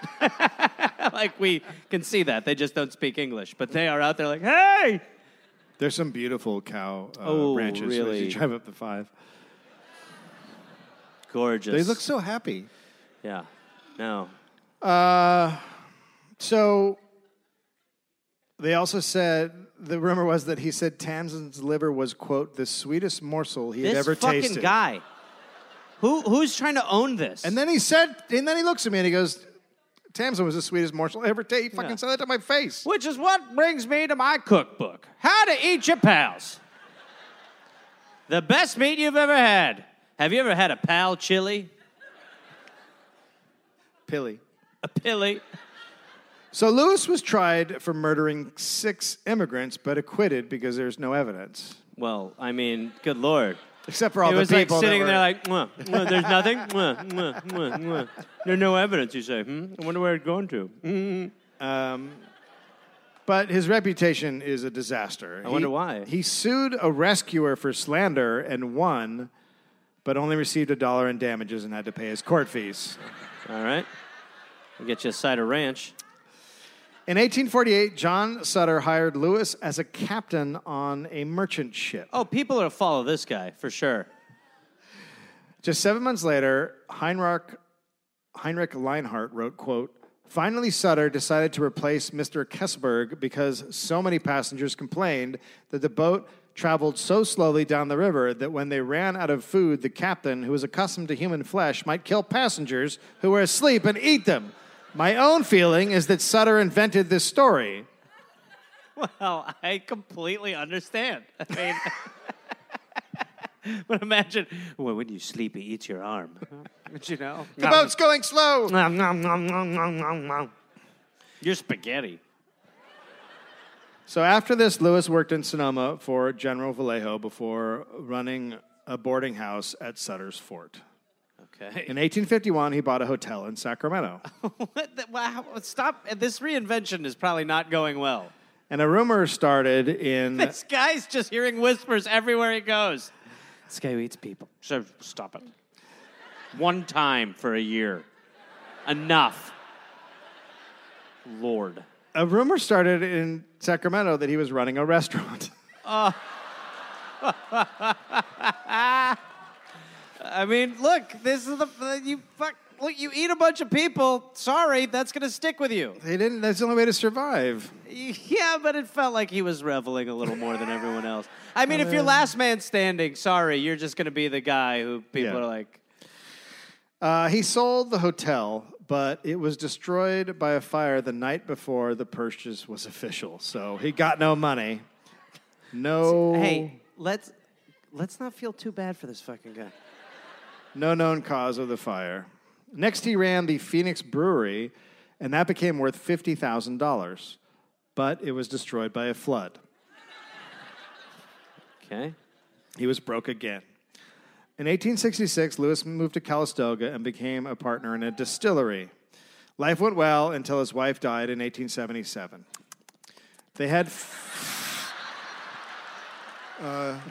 S1: [LAUGHS] like we can see that they just don't speak English, but they are out there like, "Hey!"
S2: There's some beautiful cow uh,
S1: Oh,
S2: ranches as
S1: really?
S2: you drive up the five.
S1: Gorgeous.
S2: They look so happy.
S1: Yeah. No.
S2: Uh, so they also said the rumor was that he said Tamsin's liver was quote the sweetest morsel he had
S1: This
S2: ever
S1: fucking
S2: tasted.
S1: guy. Who who's trying to own this?
S2: And then he said, and then he looks at me and he goes, "Tamsin was the sweetest morsel ever tasted." He fucking said that to my face.
S1: Which is what brings me to my cookbook How to Eat Your Pals. The best meat you've ever had. Have you ever had a pal chili?
S2: Pilly.
S1: A pilly?
S2: So Lewis was tried for murdering six immigrants, but acquitted because there's no evidence,
S1: Well, I mean, good lord.
S2: except for all
S1: It
S2: the
S1: was like
S2: people
S1: sitting
S2: that
S1: there
S2: were-
S1: like, mwah, mwah, there's nothing. Mwah, mwah, mwah, mwah. There's no evidence, you say. Hmm? I wonder where it's going to. Hmm,
S2: But his reputation is a disaster. I
S1: wonder why.
S2: He sued a rescuer for slander and won, but only received a dollar in damages and had to pay his court fees.
S1: All right. We'll get you a side of ranch.
S2: In 1848, John Sutter hired Lewis as a captain on a merchant ship.
S1: Oh, people are going to follow this guy for sure.
S2: Just seven months later, Heinrich, Heinrich Leinhardt wrote, quote, Finally, Sutter decided to replace Mr. Kessberg because so many passengers complained that the boat traveled so slowly down the river that when they ran out of food, the captain, who was accustomed to human flesh, might kill passengers who were asleep and eat them. My own feeling is that Sutter invented this story.
S1: Well, I completely understand. I mean, [LAUGHS] but imagine well, when you sleep, he eats your arm. [LAUGHS]
S4: But you know.
S2: The boat's going slow.
S4: Nom, nom, nom, nom, nom, nom, nom.
S1: Your spaghetti.
S2: So after this, Lewis worked in Sonoma for General Vallejo before running a boarding house at Sutter's Fort.
S1: Okay. [LAUGHS]
S2: In 1851, he bought a hotel in Sacramento.
S1: what the, wow, stop. This reinvention is probably not going well.
S2: And a rumor started
S1: [LAUGHS]
S2: in
S1: This guy's just hearing whispers everywhere he goes. This guy who eats people. So stop it. One time for a year. Enough. Lord.
S2: A rumor started in Sacramento that he was running a restaurant. [LAUGHS]
S1: I mean, look, this is the you fuck. Look, you eat a bunch of people. Sorry, that's gonna stick with you. [LAUGHS]
S2: they didn't. That's the only way to survive.
S1: Yeah, but it felt like he was reveling a little more than everyone else. I mean, if you're last man standing, sorry, you're just gonna be the guy who people
S2: Yeah.
S1: are like,
S2: Uh, he sold the hotel, but it was destroyed by a fire the night before the purchase was official. So he got no money. No.
S1: "Hey, let's let's not feel too bad for this fucking guy."
S2: No known cause of the fire. Next, he ran the Phoenix Brewery, and that became worth $50,000, but it was destroyed by a flood.
S1: Okay.
S2: He was broke again. In 1866, Lewis moved to Calistoga and became a partner in a distillery. Life went well until his wife died in 1877. They had. f-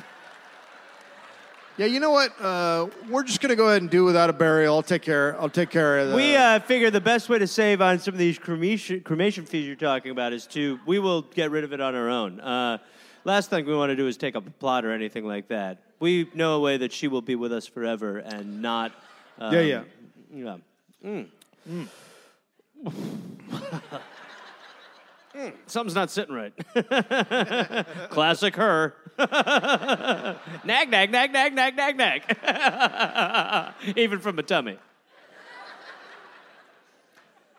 S2: [LAUGHS] Uh, yeah, you know what? Uh, we're just gonna go ahead and do without a burial. I'll take care. I'll take care of the.
S1: We uh, figure the best way to save on some of these cremation, cremation fees you're talking about is to we will get rid of it on our own. Uh, last thing we want to do is take up a plot or anything like that. We know a way that she will be with us forever and not. Um,
S2: Yeah, yeah.
S1: yeah. Mm. [LAUGHS] Mm, Something's not sitting [LAUGHS] right. Classic [LAUGHS] her. nag, nag, nag, nag, nag, nag, nag. [LAUGHS] Even from a tummy.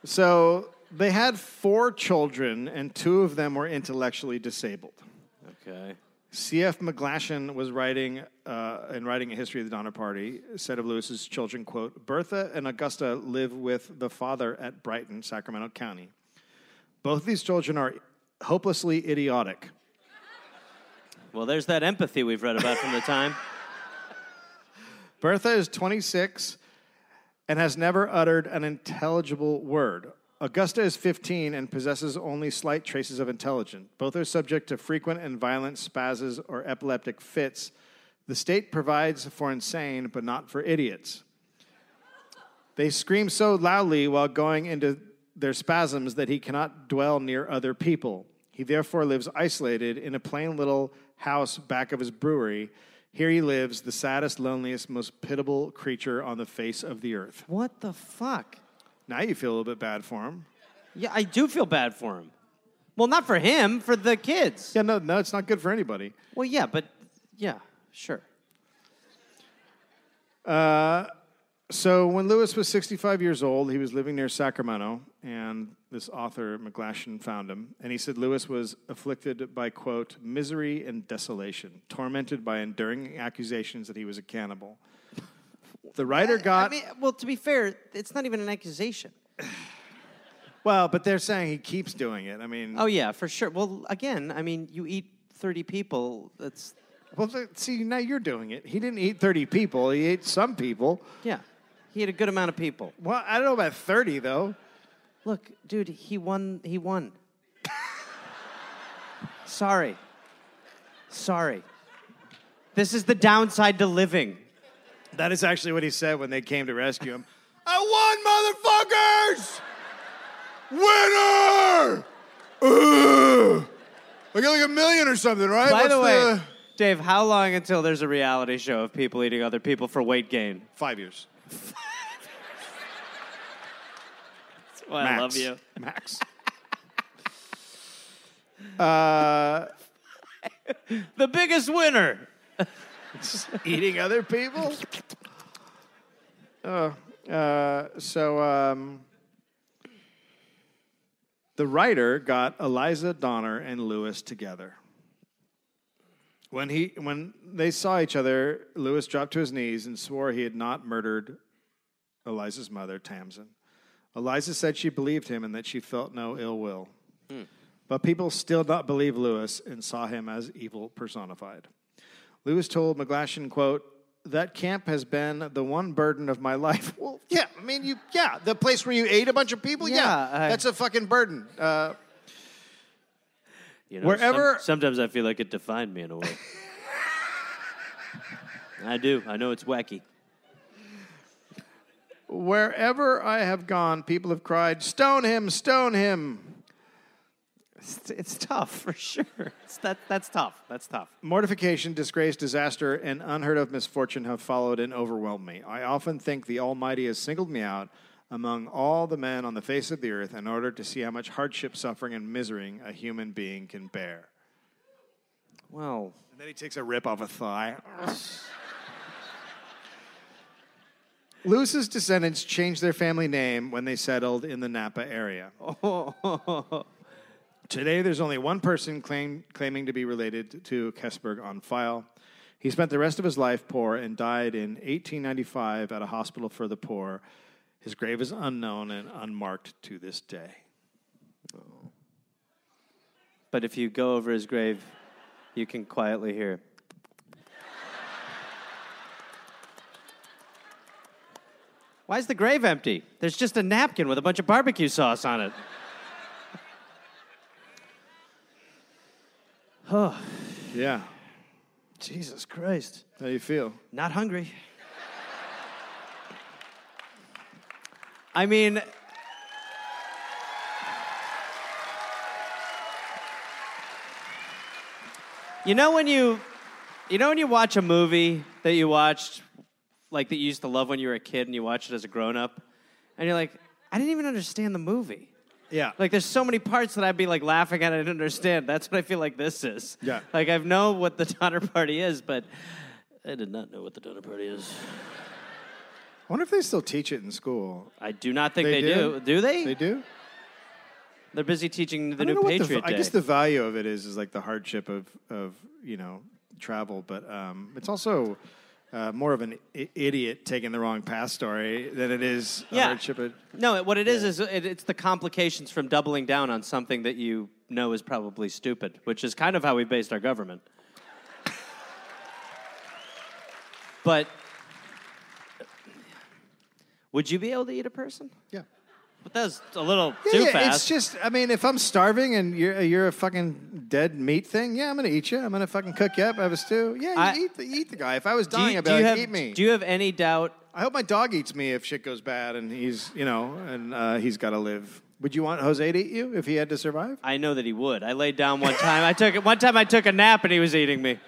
S2: so they had four children, and two of them were intellectually disabled.
S1: Okay.
S2: C.F. McGlashan was writing uh, in writing a history of the Donner Party. Said of Lewis's children, "quote Bertha and Augusta live with the father at Brighton, Sacramento County. Both these children are hopelessly idiotic.
S1: Well, there's that empathy we've read about from the time.
S2: Bertha is 26 and has never uttered an intelligible word. Augusta is 15 and possesses only slight traces of intelligence. Both are subject to frequent and violent spasms or epileptic fits. The state provides for insane, but not for idiots. They scream so loudly while going into their spasms that he cannot dwell near other people. He therefore lives isolated in a plain little house back of his brewery. Here he lives, the saddest, loneliest, most pitiable creature on the face of the earth.
S1: [LAUGHS] What the fuck?
S2: Now you feel a little bit bad for him.
S1: Yeah, I do feel bad for him. Well, not for him, for the kids.
S2: Yeah, no, no, it's not good for anybody.
S1: Well, yeah, but yeah, sure.
S2: So when Lewis was 65 years old, he was living near Sacramento, and this author McGlashan found him, and he said Lewis was afflicted by quote misery and desolation, tormented by enduring accusations that he was a cannibal. The writer got
S1: I mean, well, to be fair, it's not even an accusation.
S2: well, but they're saying he keeps doing it. I mean,
S1: Oh yeah, for sure. Well, again, I mean, you eat 30 people. That's
S2: well, th- see now you're doing it. He didn't eat 30 people; he ate some people.
S1: yeah. He had a good amount of people.
S2: Well, I don't know about 30 though.
S1: Look, dude, he won. He won. [LAUGHS] Sorry. Sorry. This is the downside to living.
S2: That is actually what he said when they came to rescue him. I won, motherfuckers! Winner! Ugh! I got like a million or something, right?
S1: By
S2: What's
S1: the way, Dave, how long until there's a reality show of people eating other people for weight gain?
S2: five years.
S1: Well,
S2: Max.
S1: I love you.
S2: Max. uh,
S1: The biggest winner.
S2: eating other people? Uh, uh, so, um, the writer got Eliza Donner and Lewis together. When, he, when they saw each other, Lewis dropped to his knees and swore he had not murdered Eliza's mother, Tamsin. Eliza said she believed him and that she felt no ill will. Hmm. But people still not believe Lewis and saw him as evil personified. Lewis told McGlashan, quote, that camp has been the one burden of my [LAUGHS] life. Well, yeah, I mean, you, yeah, the place where you ate a bunch of people, yeah,
S1: Yeah, I-
S2: that's a fucking burden. Uh,
S1: You
S2: Wherever-
S1: sometimes I feel like it defined me in a way. I do. I know it's wacky.
S2: Wherever I have gone, people have cried, Stone him, stone him.
S1: It's, it's tough for sure. It's that, that's tough. That's tough.
S2: Mortification, disgrace, disaster, and unheard of misfortune have followed and overwhelmed me. I often think the Almighty has singled me out among all the men on the face of the earth in order to see how much hardship, suffering, and misery a human being can bear.
S1: Well,
S2: And then he takes a rip off a thigh. Lewis's descendants changed their family name when they settled in the Napa area. Today, there's only one person claim, claiming to be related to Kessberg on file. He spent the rest of his life poor and died in 1895 at a hospital for the poor. His grave is unknown and unmarked to this day.
S1: but if you go over his grave, you can quietly hear. Why is the grave empty? There's just a napkin with a bunch of barbecue sauce on it.
S2: Yeah.
S1: Jesus Christ.
S2: How do you feel?
S1: Not hungry. I mean, you know when you, you know when you watch a movie that you watched, like that you used to love when you were a kid, and you watch it as a grown up, and you're like, I didn't even understand the movie.
S2: Yeah.
S1: Like there's so many parts that I'd be like laughing at. I didn't understand. That's what I feel like this is.
S2: Yeah.
S1: Like I know what the Donner Party is, but I did not know what the Donner Party is.
S2: I wonder if they still teach it in school.
S1: I do not think
S2: They
S1: they,
S2: do?
S1: do. Do they?
S2: They do?
S1: They're busy teaching the
S2: I don't
S1: new
S2: know what the-
S1: Patriot Day.
S2: I guess the value of it is is like the hardship of of you know travel, but um, it's also uh, more of an I- idiot taking the wrong path story than it is a
S1: Yeah.
S2: hardship. Of,
S1: no, what it is is it, it's the complications from doubling down on something that you know is probably stupid, which is kind of how we based our government. but would you be able to eat a person?
S2: yeah.
S1: But that's a little
S2: Yeah,
S1: too
S2: yeah,
S1: fast.
S2: It's just, I mean, if I'm starving and you're you're a fucking dead meat thing, yeah, I'm gonna eat you. I'm gonna fucking cook you up, have a stew. Yeah, you
S1: I-
S2: eat the eat the guy. If I was
S1: do
S2: dying,
S1: you,
S2: I'd
S1: do
S2: be
S1: you have,
S2: like, eat me.
S1: do you have any doubt?
S2: I hope my dog eats me if shit goes bad and he's you know and uh, he's got to live. Would you want Jose to eat you if he had to survive?
S1: I know that he would. I laid down one time. I took one time. I took a nap and he was eating me.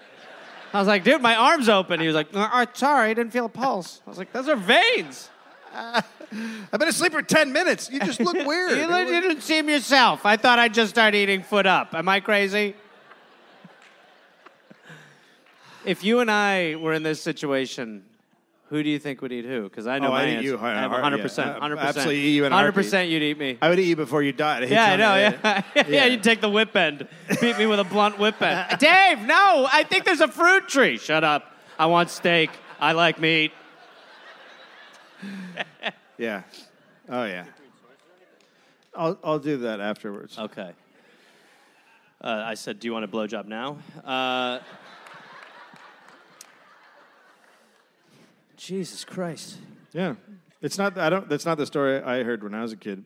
S1: I was like, dude, my arms open. He was like, "Uh, uh, sorry, I didn't feel a pulse. I was like, those are veins.
S2: I've been asleep for 10 minutes. You
S1: [LAUGHS]
S2: just look weird.
S1: You li- you didn't seem yourself. I thought I'd just start eating foot up. Am I crazy? If you and I were in this situation, who do you think would eat who? Because I know
S2: Oh,
S1: my
S2: I'd eat
S1: answer.
S2: you, hi-
S1: I have
S2: hi-
S1: 100%.
S2: yeah. Uh,
S1: 100%.
S2: Absolutely eat you in a
S1: 100% you'd eat me.
S2: I would eat you before you died.
S1: Yeah, I know. Yeah. [LAUGHS] yeah, you'd take the whip end. Beat me with a blunt whip end. [LAUGHS] Dave, no, I think there's a fruit tree. Shut up. I want steak. I like meat.
S2: Yeah. Oh, yeah. I'll, I'll do that afterwards.
S1: Okay. Uh, I said, do you want a blowjob now? Uh, Jesus Christ.
S2: Yeah. It's not, I don't, that's not the story I heard when I was a kid.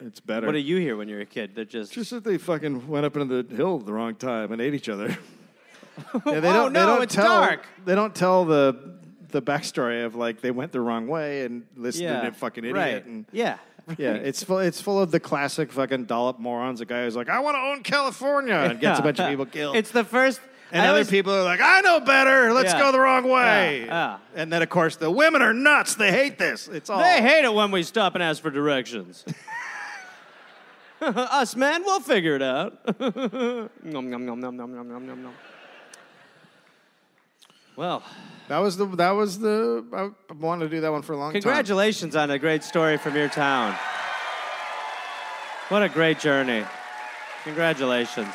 S2: It's better.
S1: What do you hear when you're a kid? They're just.
S2: just that they fucking went up into the hill at the wrong time and ate
S1: [LAUGHS]
S2: each other. yeah,
S1: Oh, no, it's
S2: tell,
S1: dark.
S2: They don't tell the the backstory of like they went the wrong way and listened
S1: yeah.
S2: to a fucking idiot.
S1: Right.
S2: And,
S1: Yeah.
S2: [LAUGHS] Yeah, it's full. It's full of the classic fucking dollop morons. A guy who's like, "I want to own California," and gets a
S1: [LAUGHS]
S2: bunch of people killed.
S1: It's the first.
S2: and
S1: I
S2: other
S1: always-
S2: people are like, "I know better. Let's
S1: Yeah.
S2: go the wrong way."
S1: Yeah, yeah.
S2: And then, of course, the women are nuts. They hate this. It's all.
S1: They hate it when we stop and ask for directions. [LAUGHS] Us man, we'll figure it out. [LAUGHS] nom, nom, nom, nom, nom, nom, nom, nom, nom. Well,
S2: That was the. That was the. I wanted to do that one for a long time.
S1: congratulations on a great story from your town. What a great journey. Congratulations.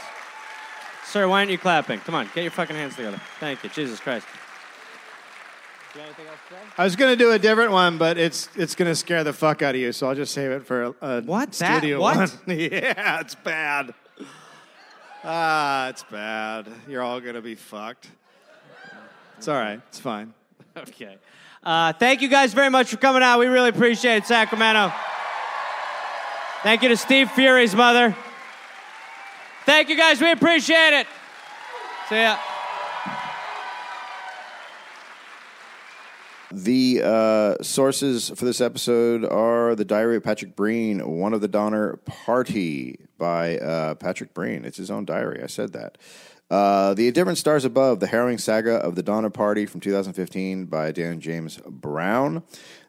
S1: Sir, why aren't you clapping? Come on, get your fucking hands together. Thank you. Jesus Christ.
S2: I was gonna do a different one, but it's it's gonna scare the fuck out of you. So I'll just save it for a, a
S1: What? That-
S2: studio
S1: what?
S2: one. [LAUGHS] yeah, it's bad. Ah, it's bad. You're all gonna be fucked. It's all right. It's fine.
S1: [LAUGHS] Okay. Uh, thank you guys very much for coming out. We really appreciate it, Sacramento. Thank you to Steve Fury's mother. Thank you guys. We appreciate it. See ya.
S2: The uh, sources for this episode are The Diary of Patrick Breen, One of the Donner Party by uh, Patrick Breen. It's his own diary. I said that. Uh, the Different Stars Above, The Harrowing Saga of the Donner Party from 2015 by Dan James Brown.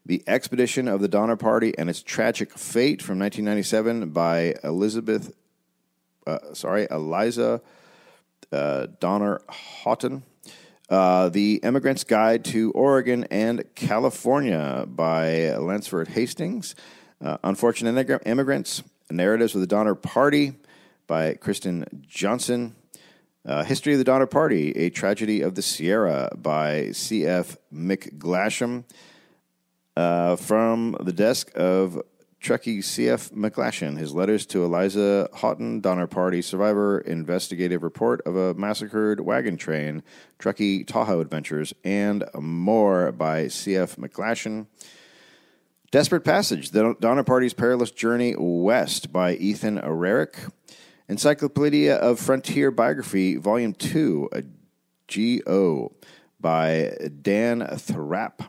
S2: The Expedition of the Donner Party and Its Tragic Fate from 1997 by Elizabeth, uh, sorry, Eliza uh, Donner Houghton. Uh, the Emigrant's Guide to Oregon and California by Lansford Hastings. Uh, Unfortunate Immigra- Immigrants, Narratives of the Donner Party by Kristen Johnson. Uh, History of the Donner Party, A Tragedy of the Sierra by C.F. McGlasham. Uh, from the desk of Trekkie C.F. McClashin, his letters to Eliza Houghton, Donner Party survivor, investigative report of a massacred wagon train, Trekkie Tahoe Adventures, and more by C.F. McClashin. Desperate Passage, The Donner Party's Perilous Journey West by Ethan Rarick. Encyclopedia of Frontier Biography, Volume 2, a GO, by Dan Thrapp.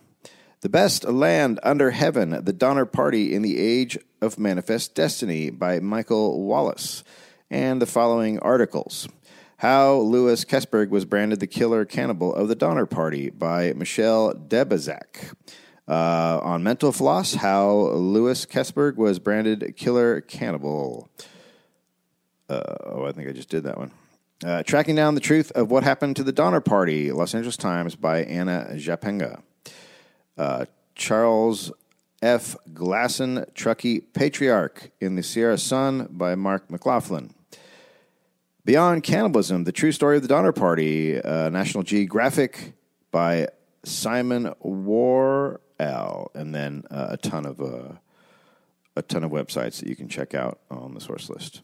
S2: The Best Land Under Heaven, The Donner Party in the Age of Manifest Destiny by Michael Wallace. And the following articles. How Lewis Kessberg was branded the killer cannibal of the Donner Party by Michelle Debazak. Uh, on Mental Floss, how Lewis Kessberg was branded killer cannibal. Oh, I think I just did that one. Uh, Tracking Down the Truth of What Happened to the Donner Party, Los Angeles Times by Anna Japenga. Uh, Charles F. Glasson, Truckee Patriarch in the Sierra Sun by Mark McLaughlin. Beyond Cannibalism, The True Story of the Donner Party, uh, National Geographic by Simon Warrell, and then uh, a ton of uh, a ton of websites that you can check out on the source list.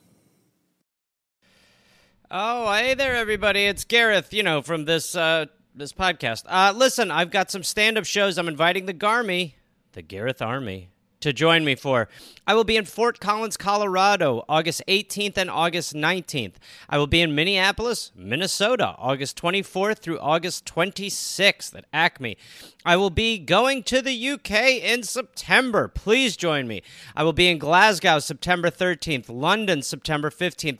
S1: Oh, hey there, everybody. It's Gareth, you know, from this uh, this podcast. Uh, listen, I've got some stand up shows I'm inviting the Garmy, the Gareth Army, to join me for. I will be in Fort Collins, Colorado, August 18th and August 19th. I will be in Minneapolis, Minnesota, August 24th through August 26th at Acme. I will be going to the UK in September. Please join me. I will be in Glasgow September 13th, London September 15th,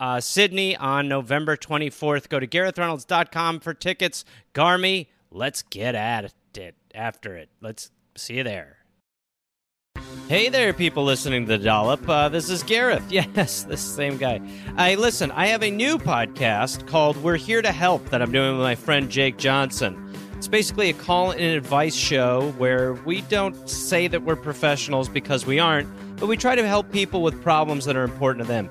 S1: uh, Sydney on November 24th. Go to GarethReynolds.com for tickets. Garmy, let's get at it after it. Let's see you there. Hey there, people listening to the Dollop. Uh, this is Gareth. [LAUGHS] Yes, this same guy. I listen. I have a new podcast called "We're Here to Help" that I'm doing with my friend Jake Johnson. It's basically a call and advice show where we don't say that we're professionals because we aren't, but we try to help people with problems that are important to them.